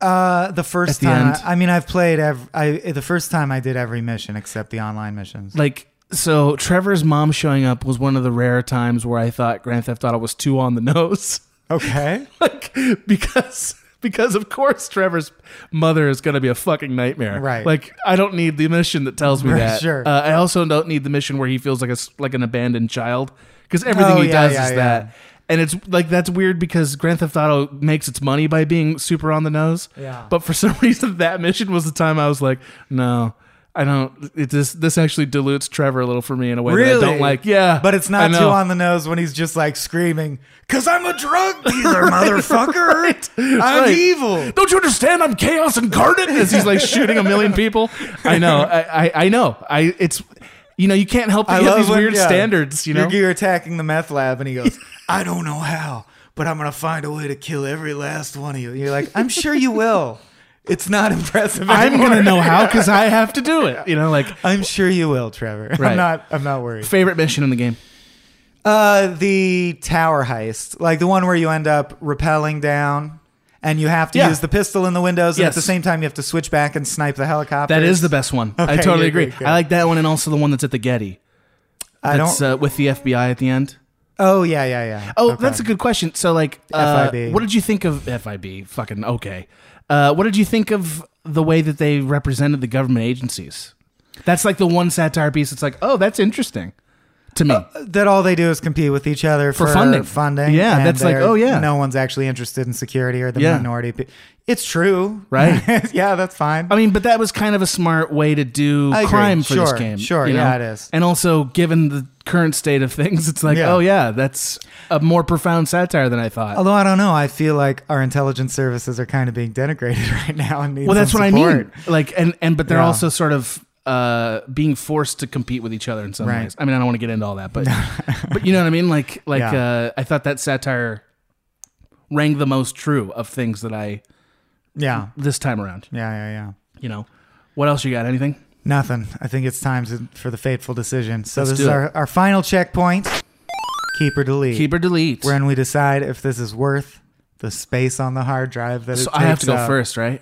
C: Uh, the first
D: At the
C: time,
D: end.
C: I, I mean, I've played every, I, the first time I did every mission except the online missions.
D: Like, so Trevor's mom showing up was one of the rare times where I thought Grand Theft Auto was too on the nose.
C: Okay.
D: like because because of course Trevor's mother is going to be a fucking nightmare.
C: Right.
D: Like I don't need the mission that tells me
C: Right,
D: that.
C: sure.
D: Uh, I also don't need the mission where he feels like a s- like an abandoned child because everything
C: Oh,
D: he
C: yeah,
D: does
C: yeah,
D: is
C: yeah.
D: that. And it's like that's weird because Grand Theft Auto makes its money by being super on the nose.
C: Yeah.
D: But for some reason, that mission was the time I was like, no. I don't. It this this actually dilutes Trevor a little for me in a way that I don't like. Yeah,
C: But it's not
D: I
C: too
D: know.
C: on the nose when he's just like screaming, Cause I'm a drug dealer, motherfucker. I'm
D: Right.
C: evil.
D: Don't you understand? I'm chaos incarnate. As he's like shooting a million people. I know. I, I, I know. I it's You know, you can't help but
C: I
D: you have
C: love
D: these
C: when-
D: weird
C: yeah.
D: standards. You know,
C: You're, you're attacking the meth lab, and he goes, "I don't know how, but I'm gonna find a way to kill every last one of you." You're like, "I'm sure you will." It's not impressive.
D: I'm
C: anymore.
D: gonna know how because I have to do it. You know, like
C: I'm sure you will, Trevor.
D: Right.
C: I'm not. I'm not worried.
D: favorite mission in the game.
C: Uh, the tower heist, like the one where you end up rappelling down, and you have to
D: Yeah.
C: use the pistol in the windows, and
D: Yes.
C: at the same time you have to switch back and snipe the helicopter.
D: That is the best one. I
C: Okay,
D: totally
C: good,
D: agree.
C: good, good.
D: I like that one, and also the one that's at the Getty.
C: I
D: That's
C: don't.
D: uh, with the FBI at the end.
C: oh yeah, yeah, yeah.
D: Oh,
C: Okay.
D: that's a good question. So, like, uh,
C: FIB.
D: what did you think of FIB? Fucking okay. Uh, what did you think of the way that they represented the government agencies? That's like the one satire piece. It's like, oh, that's interesting to me.
C: that all they do is compete with each other
D: For
C: for,
D: funding.
C: Funding.
D: Yeah,
C: and
D: that's like,
C: they're-
D: oh, yeah.
C: no one's actually interested in security or the
D: Yeah.
C: minority. pe- It's true,
D: Right.
C: yeah, that's fine.
D: I mean, but that was kind of a smart way to do
C: I agree.
D: crime for this
C: Sure,
D: game.
C: sure,
D: you know?
C: yeah, it is.
D: And also, given the current state of things, it's like,
C: Yeah.
D: oh yeah, that's a more profound satire than I thought.
C: Although I don't know, I feel like our intelligence services are kind of being denigrated right now. And need
D: well, that's
C: some
D: what I mean.
C: support.
D: Like, and and but they're
C: Yeah.
D: also sort of uh being forced to compete with each other in some
C: Right.
D: ways. I mean, I don't want to get into all that, but but you know what I mean. Like like
C: Yeah.
D: uh, I thought that satire rang the most true of things that I
C: Yeah,
D: this time around.
C: yeah, yeah, yeah.
D: You know, what else you got? Anything?
C: Nothing. I think it's time to, for the fateful decision. So
D: Let's
C: this
D: do
C: is
D: it.
C: our, our final checkpoint. Keep or delete.
D: Keep or delete?
C: When we decide if this is worth the space on the hard drive that it
D: so I have
C: takes
D: to go
C: up.
D: first, right?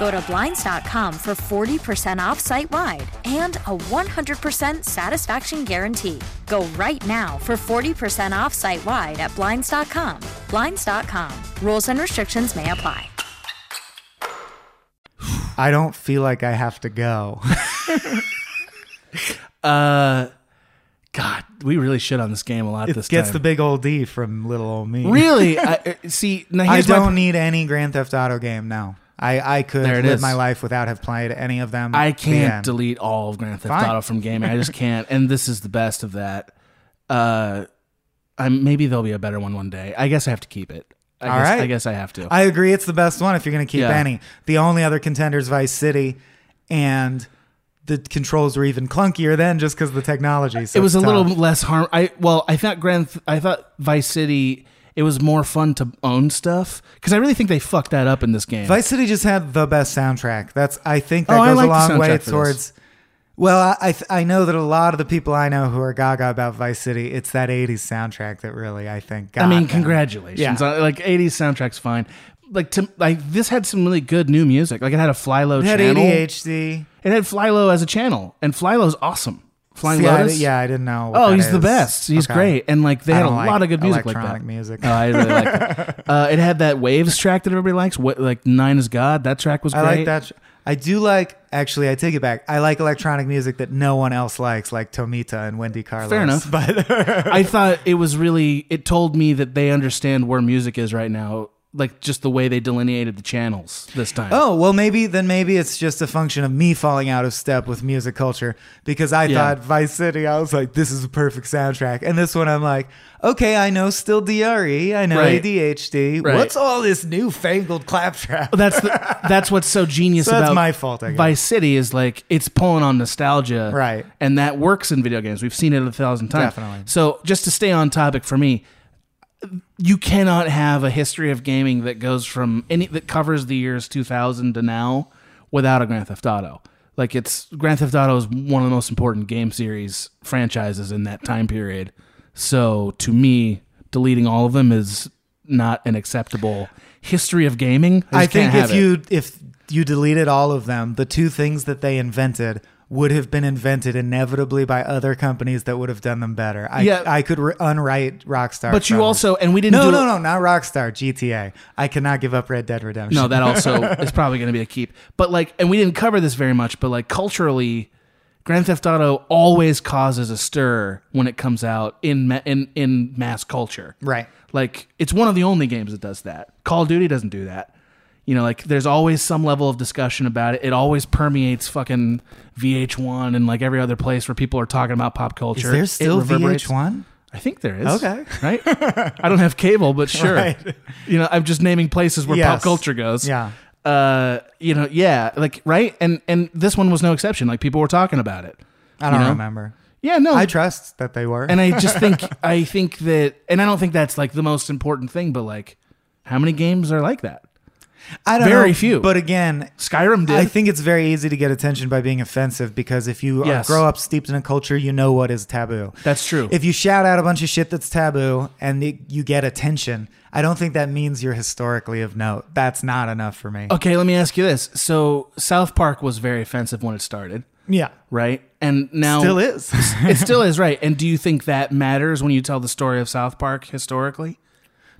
F: Go to Blinds.com for 40% off site wide and a 100% satisfaction guarantee. Go right now for 40% off site wide at Blinds.com. Blinds.com. Rules and restrictions may apply.
C: I don't feel like I have to go.
D: Uh, God, we really shit on this game a lot
C: it
D: this
C: gets
D: time.
C: the big old D from little old me.
D: Really? I, uh, see, now
C: I
D: here's my
C: don't
D: pr-
C: need any Grand Theft Auto game now. I, I could
D: There it
C: live
D: is.
C: my life without have played any of them.
D: I
C: The
D: can't
C: end.
D: delete all of Grand Theft
C: Fine.
D: Auto from gaming. I just can't. And this is the best of that. Uh, I maybe there'll be a better one one day. I guess I have to keep it. I
C: All
D: guess,
C: right.
D: I guess I have to.
C: I agree. It's the best one if you're going to keep
D: Yeah.
C: any. The only other contenders, Vice City, and the controls were even clunkier then, just because the technology. So
D: it was a
C: it's
D: little
C: tough.
D: less harm. I well, I thought Grand. Th- I thought Vice City. It was more fun to own stuff because I really think they fucked that up in this game.
C: Vice City just had the best soundtrack. That's I think that
D: Oh, I
C: goes
D: like
C: a
D: the
C: long
D: soundtrack
C: way
D: for this.
C: towards. Well, I I, th- I know that a lot of the people I know who are gaga about Vice City, it's that '80s soundtrack that really I think. Got
D: I mean,
C: them.
D: congratulations.
C: Yeah.
D: Uh, Like '80s soundtrack's fine. Like to like this had some really good new music. Like it had a Fly Low
C: It had
D: channel.
C: ADHD.
D: It had Fly Low as a channel, and Fly Low's awesome. Flying
C: See, I
D: Lotus.
C: di- yeah, I didn't know. what
D: Oh,
C: that
D: he's the
C: is.
D: best. He's
C: Okay.
D: great, and like they
C: I
D: had a
C: don't
D: lot
C: like
D: of good music like
C: electronic
D: that.
C: music.
D: Oh, I really like that. Uh, it had that Waves track that everybody likes. What like Nine is God? That track was great.
C: I like that. sh- I do like. Actually, I take it back. I like electronic music that no one else likes, like Tomita and Wendy Carlos.
D: Fair enough.
C: But
D: I thought it was really. It told me that they understand where music is right now. Like just the way they delineated the channels this time.
C: oh well, maybe then maybe it's just a function of me falling out of step with music culture because I
D: Yeah.
C: thought Vice City. I was like, this is a perfect soundtrack, and this one I'm like, okay, I know still Dre, I know
D: Right.
C: ADHD.
D: Right.
C: What's all this newfangled claptrap?
D: Well, that's the, that's what's so genius
C: So that's
D: about
C: my fault, I guess.
D: Vice City is like it's pulling on nostalgia,
C: Right.
D: And that works in video games. We've seen it a thousand times.
C: Definitely.
D: So just to stay on topic for me, you cannot have a history of gaming that goes from any that covers the years 2000 to now without a Grand Theft Auto. Like it's Grand Theft Auto is one of the most important game series franchises in that time period. So to me, deleting all of them is not an acceptable history of gaming.
C: I,
D: just can't
C: think if
D: have it.
C: you if you deleted all of them, the two things that they invented would have been invented inevitably by other companies that would have done them better. I
D: Yeah.
C: I could re- unwrite Rockstar.
D: But you
C: from-
D: also- and we didn't
C: No,
D: do-
C: no, no, not Rockstar, GTA. I cannot give up Red Dead Redemption.
D: No, that also is probably going to be a keep. But like, and we didn't cover this very much, but like culturally, Grand Theft Auto always causes a stir when it comes out in ma- in in mass culture.
C: Right.
D: Like it's one of the only games that does that. Call of Duty doesn't do that. You know, like there's always some level of discussion about it. It always permeates fucking VH1 and like every other place where people are talking about pop
C: Is
D: culture.
C: there
D: It
C: still
D: reverberates.
C: VH1?
D: I think there is.
C: Okay.
D: Right? I don't have cable, but sure.
C: Right.
D: You know, I'm just naming places where pop
C: Yes.
D: culture goes.
C: Yeah.
D: Uh, you know, yeah, like right? And and this one was no exception. Like people were talking about it.
C: I
D: you
C: don't
D: know?
C: remember.
D: Yeah, no.
C: I trust that they were.
D: and I just think I think that and I don't think that's like the most important thing, but like how many games are like that?
C: I don't
D: very
C: know,
D: few.
C: But again,
D: Skyrim did.
C: I think it's very easy to get attention by being offensive because if you are-
D: Yes.
C: grow up steeped in a culture, you know what is taboo.
D: That's true.
C: If you shout out a bunch of shit that's taboo and it, you get attention, I don't think that means you're historically of note. That's not enough for me.
D: Okay, let me ask you this. So South Park was very offensive when it started,
C: Yeah.
D: right? And now
C: Still is.
D: it still is, right? And do you think that matters when you tell the story of South Park historically?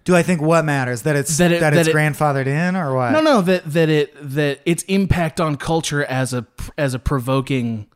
C: Do I think what matters that it's
D: That
C: that,
D: it- that
C: it's
D: it-
C: grandfathered in or what?
D: No, no, that that it that its impact on culture as a as a provoking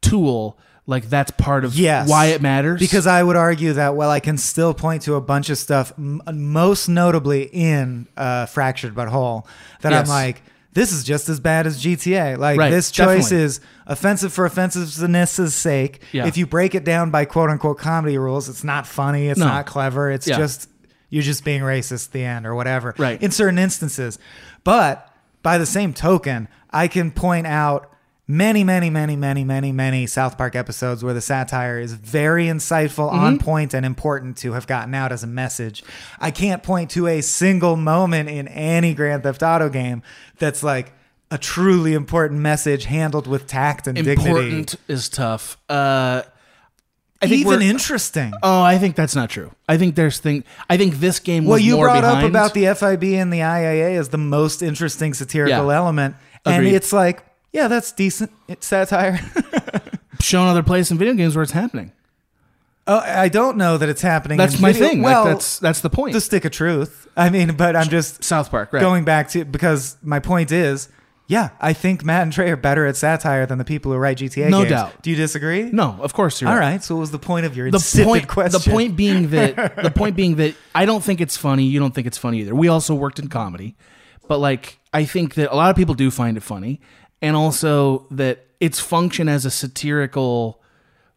D: tool, like that's part of
C: Yes.
D: why it matters.
C: Because I would argue that while I can still point to a bunch of stuff, m- most notably in uh, Fractured But Whole, that I'm
D: Yes.
C: like, this is just as bad as GTA. Like,
D: Right,
C: this choice
D: definitely.
C: is offensive for offensiveness' sake.
D: Yeah.
C: If you break it down by quote unquote comedy rules, it's not funny, it's
D: No.
C: not clever, it's
D: Yeah.
C: just, you're just being racist at the end or whatever.
D: Right.
C: In certain instances. But by the same token, I can point out many, many, many, many, many, many South Park episodes where the satire is very insightful, on
D: Mm-hmm.
C: point, and important to have gotten out as a message. I can't point to a single moment in any Grand Theft Auto game that's like a truly important message handled with tact and
D: important
C: dignity.
D: is tough. Uh, I think
C: Even
D: we're-
C: interesting.
D: Oh, I think that's not true. I think there's thing. I think this game. Was
C: Well, you
D: more
C: brought
D: behind.
C: up about the FIB and the IAA as the most interesting satirical
D: Yeah.
C: element, and
D: Agreed.
C: it's like, yeah, that's decent satire.
D: shown other place in video games where it's happening.
C: oh, I don't know that it's happening.
D: That's
C: in
D: my
C: video-
D: thing. Like,
C: Well,
D: that's that's the point.
C: the stick of truth. I mean, but I'm just
D: South Park, right?
C: going back to because my point is, yeah, I think Matt and Trey are better at satire than the people who write GTA.
D: No
C: games.
D: doubt.
C: Do you disagree?
D: No, of course you're
C: All
D: right.
C: right. So what was the point of your
D: the
C: insipid
D: point
C: question?
D: the point being that the point being that I don't think it's funny. You don't think it's funny either. We also worked in comedy, but like I think that a lot of people do find it funny, and also that its function as a satirical,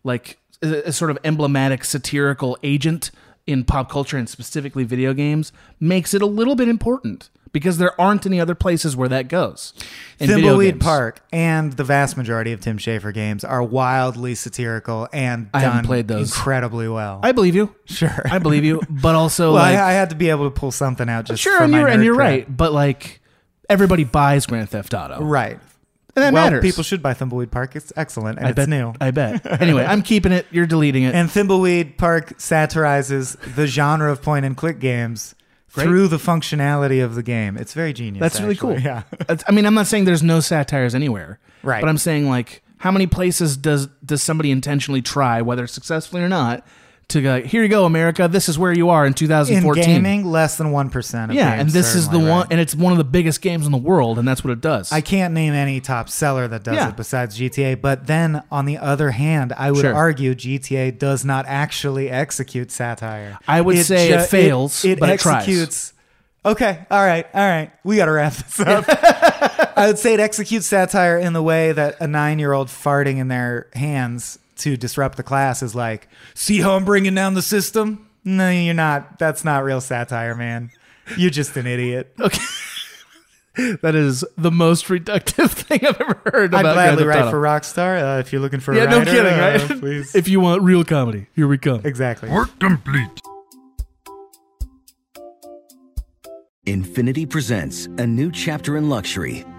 D: like a, a sort of emblematic satirical agent in pop culture and specifically video games makes it a little bit important because there aren't any other places where that goes. in video
C: Thimbleweed
D: games.
C: Park and the vast majority of Tim Schafer games are wildly satirical and
D: I haven't
C: done
D: played those.
C: incredibly well.
D: I believe you.
C: Sure.
D: I believe you, but also
C: well,
D: like,
C: I, I had to be able to pull something out just
D: sure,
C: for
D: and
C: my
D: you're and
C: nerd
D: you're
C: cred.
D: right, but like everybody buys Grand Theft Auto,
C: Right.
D: And that
C: well,
D: matters.
C: people should buy Thimbleweed Park. It's excellent and
D: I
C: it's
D: bet,
C: new.
D: I bet. Anyway, I'm keeping it. You're deleting it.
C: and Thimbleweed Park satirizes the genre of point and click games
D: Great.
C: through the functionality of the game. It's very genius.
D: That's really
C: actually.
D: cool.
C: Yeah.
D: That's- I mean, I'm not saying there's no satires anywhere.
C: Right.
D: But I'm saying like, how many places does does somebody intentionally try, whether successfully or not, to go? Here you go, America. This is where you are in
C: In
D: 2014.
C: gaming, less than 1%. Of
D: yeah,
C: games,
D: and this is the
C: certainly,
D: one,
C: right?
D: and it's one of the biggest games in the world, and that's what it does.
C: I can't name any top seller that does
D: Yeah.
C: it besides GTA. But then on the other hand, I would
D: Sure.
C: argue GTA does not actually execute satire.
D: I would say it
C: ju-
D: fails,
C: It,
D: but it tries.
C: executes. Okay, all right, all right. We got to wrap this up. I would say it executes satire in the way that a nine-year-old farting in their hands to disrupt the class is like, see how I'm bringing down the system? No, you're not. That's not real satire, man. You're just an idiot.
D: that is the most reductive thing I've ever heard
C: I'd
D: about.
C: gladly
D: Grand Theft
C: write
D: Auto.
C: for Rockstar uh, if you're looking for
D: Yeah,
C: a
D: no
C: writer,
D: kidding,
C: uh,
D: right?
C: please.
D: if you want real comedy, here we come.
C: exactly.
E: Infinity presents a new chapter in luxury,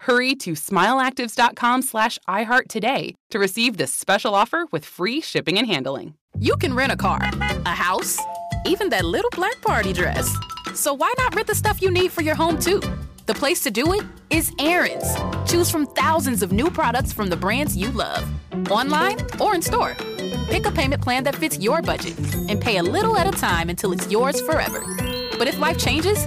A: Hurry to smileactives.com slash iHeart today to receive this special offer with free shipping and handling.
G: You can rent a car, a house, even that little black party dress. So why not rent the stuff you need for your home too? The place to do it is Aaron's. Choose from thousands of new products from the brands you love, online or in store. Pick a payment plan that fits your budget and pay a little at a time until it's yours forever. But if life changes,